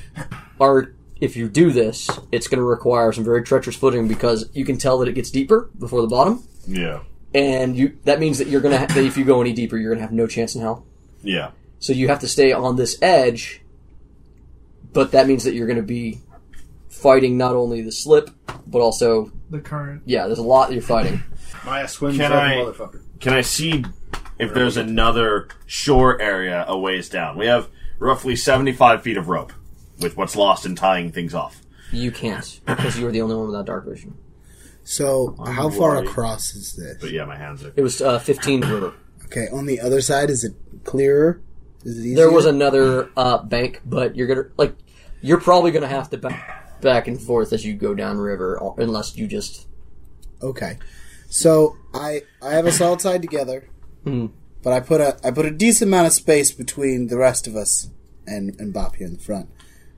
are. If you do this, it's going to require some very treacherous footing because you can tell that it gets deeper before the bottom, Yeah. and you that means that you're going to ha- that if you go any deeper, you're going to have no chance in hell. Yeah. So you have to stay on this edge, but that means that you're going to be fighting not only the slip but also The current. yeah, there's a lot that you're fighting. My ass swims Can like I- a motherfucker. Can I see if there's another shore area a ways down? We have roughly 75 feet of rope with what's lost in tying things off. You can't because you were the only one without dark vision. So how far worried. across is this? But yeah, my hands are. It was uh, 15 to river. Okay, on the other side is it clearer? Is it easier? There was another uh, bank, but you're gonna like you're probably gonna have to back back and forth as you go down river or- unless you just okay. So I I have us all tied together, Hmm. but I put a I put a decent amount of space between the rest of us and and Bop here in the front,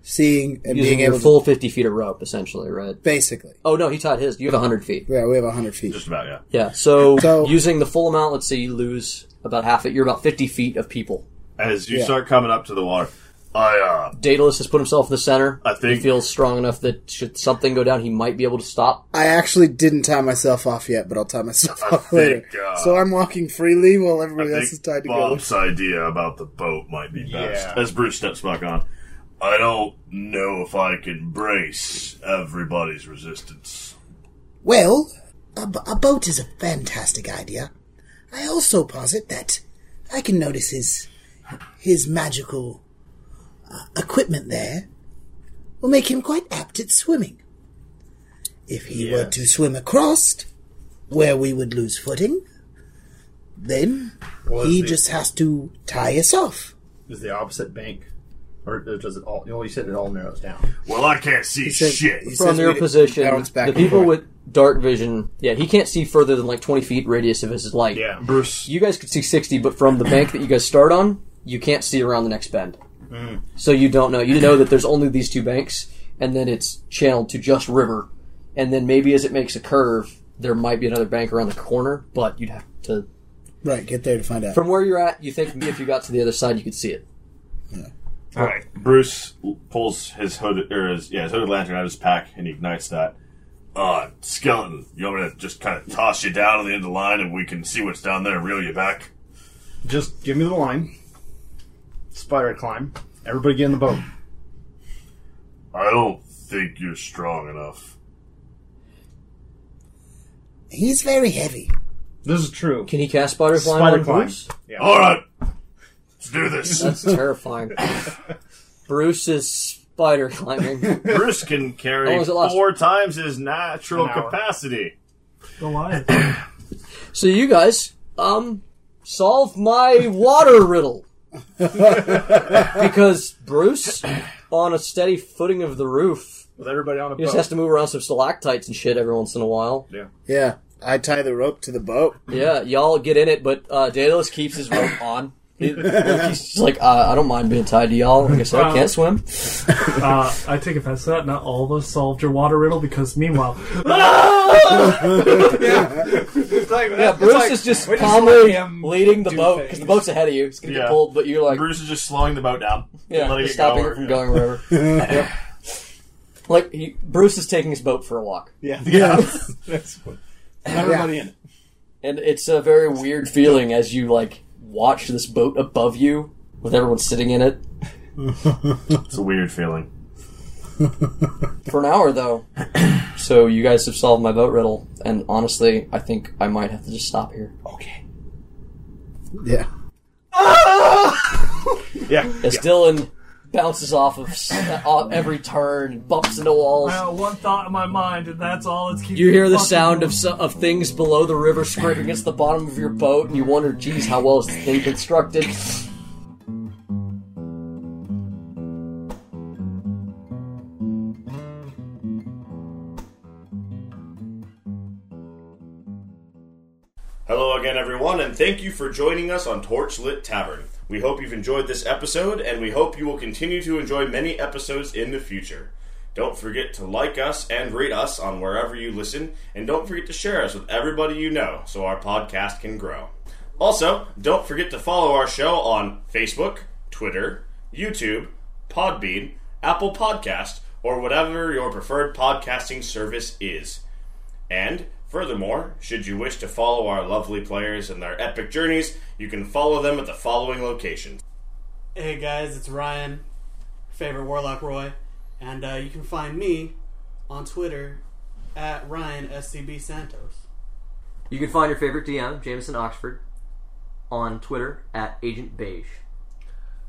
seeing and using being your able full 50 feet of rope essentially, right? to basically. Oh no, he tied his. You have 100 feet. Yeah, we have hundred feet. Just about, yeah. Yeah, so, So- using the full amount, let's say you lose about half it. You're about 50 feet of people. As you Yeah. start coming up to the water, I, uh, Daedalus has put himself in the center. I think- he feels strong enough that should something go down, he might be able to stop. I actually didn't tie myself off yet, but I'll tie myself I off later. think, uh, so I'm walking freely while everybody I else is tied think together. Bob's idea about the boat might be best. Yeah. As Bruce steps back on, I don't know if I can brace everybody's resistance. Well, a, b- a boat is a fantastic idea. I also posit that I can notice his his magical uh, equipment there, will make him quite apt at swimming. If he were Yeah. to swim across where we would lose footing, then Well, he is the- just has to tie us off. Is the opposite bank, or does it all? You know, you said it all narrows down. Well, I can't see said- shit. he From says their we position, bounce back the and people forth. with dark vision, yeah, he can't see further than like 20 feet radius of his light. Yeah. Bruce, You guys could see 60, but from the bank that you guys start on, you can't see around the next bend. Mm. So you don't know. You know that there's only these two banks, and then it's channeled to just river. And then maybe as it makes a curve, there might be another bank around the corner, but you'd have to. Right, get there to find out. From where you're at, you think if you got to the other side, you could see it. all right. uh, Bruce l- pulls his hood or his yeah his hooded lantern out of his pack and he ignites that. Uh, skeleton, you want me to just kind of toss you down to the end of the line and we can see what's down there and reel you back? Just give me the line. Spider climb. Everybody get in the boat. I don't think you're strong enough. He's very heavy. This is true. Can he cast spider climb? Spider on climb. Bruce? All right, let's do this. That's terrifying. Bruce is spider climbing. Bruce can How carry long is it last? four times his natural An hour. capacity. Goliath. So you guys, um, solve my water riddle. because Bruce, on a steady footing of the roof, With everybody on a he just boat. has to move around some stalactites and shit every once in a while. Yeah, I tie the rope to the boat. Yeah, y'all get in it, but uh, Daedalus keeps his rope on. He- he's just like, uh, I don't mind being tied to y'all. Like I said, I can't swim. Uh, I take offense to that. Not all of us solved your water riddle because meanwhile, Yeah, Bruce is just calmly leading the boat because the things. boat's ahead of you. It's gonna get Yeah. pulled, but you're like, Bruce is just slowing the boat down, yeah, letting just it go. stopping it where- from going wherever. Yep. Like he, Bruce is taking his boat for a walk, Yeah. Yeah. That's what- Everybody in it. and it's a very weird feeling as you like watch this boat above you with everyone sitting in it It's a weird feeling. for an hour, though. so you guys have solved my boat riddle, and honestly, I think I might have to just stop here. Oh, Okay. yeah. Yeah. As Dylan bounces off of s- uh, off every turn, and bumps into walls. I got one thought in my mind, and that's all it's keeping. You hear me the fucking sound of going. so- of things below the river scraping against the bottom of your boat, and you wonder, geez, how well is this thing constructed? Hello again, everyone, and thank you for joining us on Torchlit Tavern. We hope you've enjoyed this episode, and we hope you will continue to enjoy many episodes in the future. Don't forget to like us and rate us on wherever you listen, and don't forget to share us with everybody you know so our podcast can grow. Also, don't forget to follow our show on Facebook, Twitter, YouTube, Podbean, Apple Podcast, or whatever your preferred podcasting service is. And furthermore, should you wish to follow our lovely players and their epic journeys, you can follow them at the following locations. Hey guys, it's Ryan, favorite Warlock Roy, and uh, you can find me on Twitter at Ryan SCB Santos. You can find your favorite DM, Jameson Oxford, on Twitter at Agent Beige.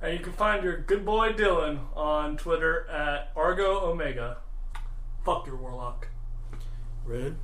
And you can find your good boy Dylan on Twitter at Argo Omega. Fuck your warlock. Rude.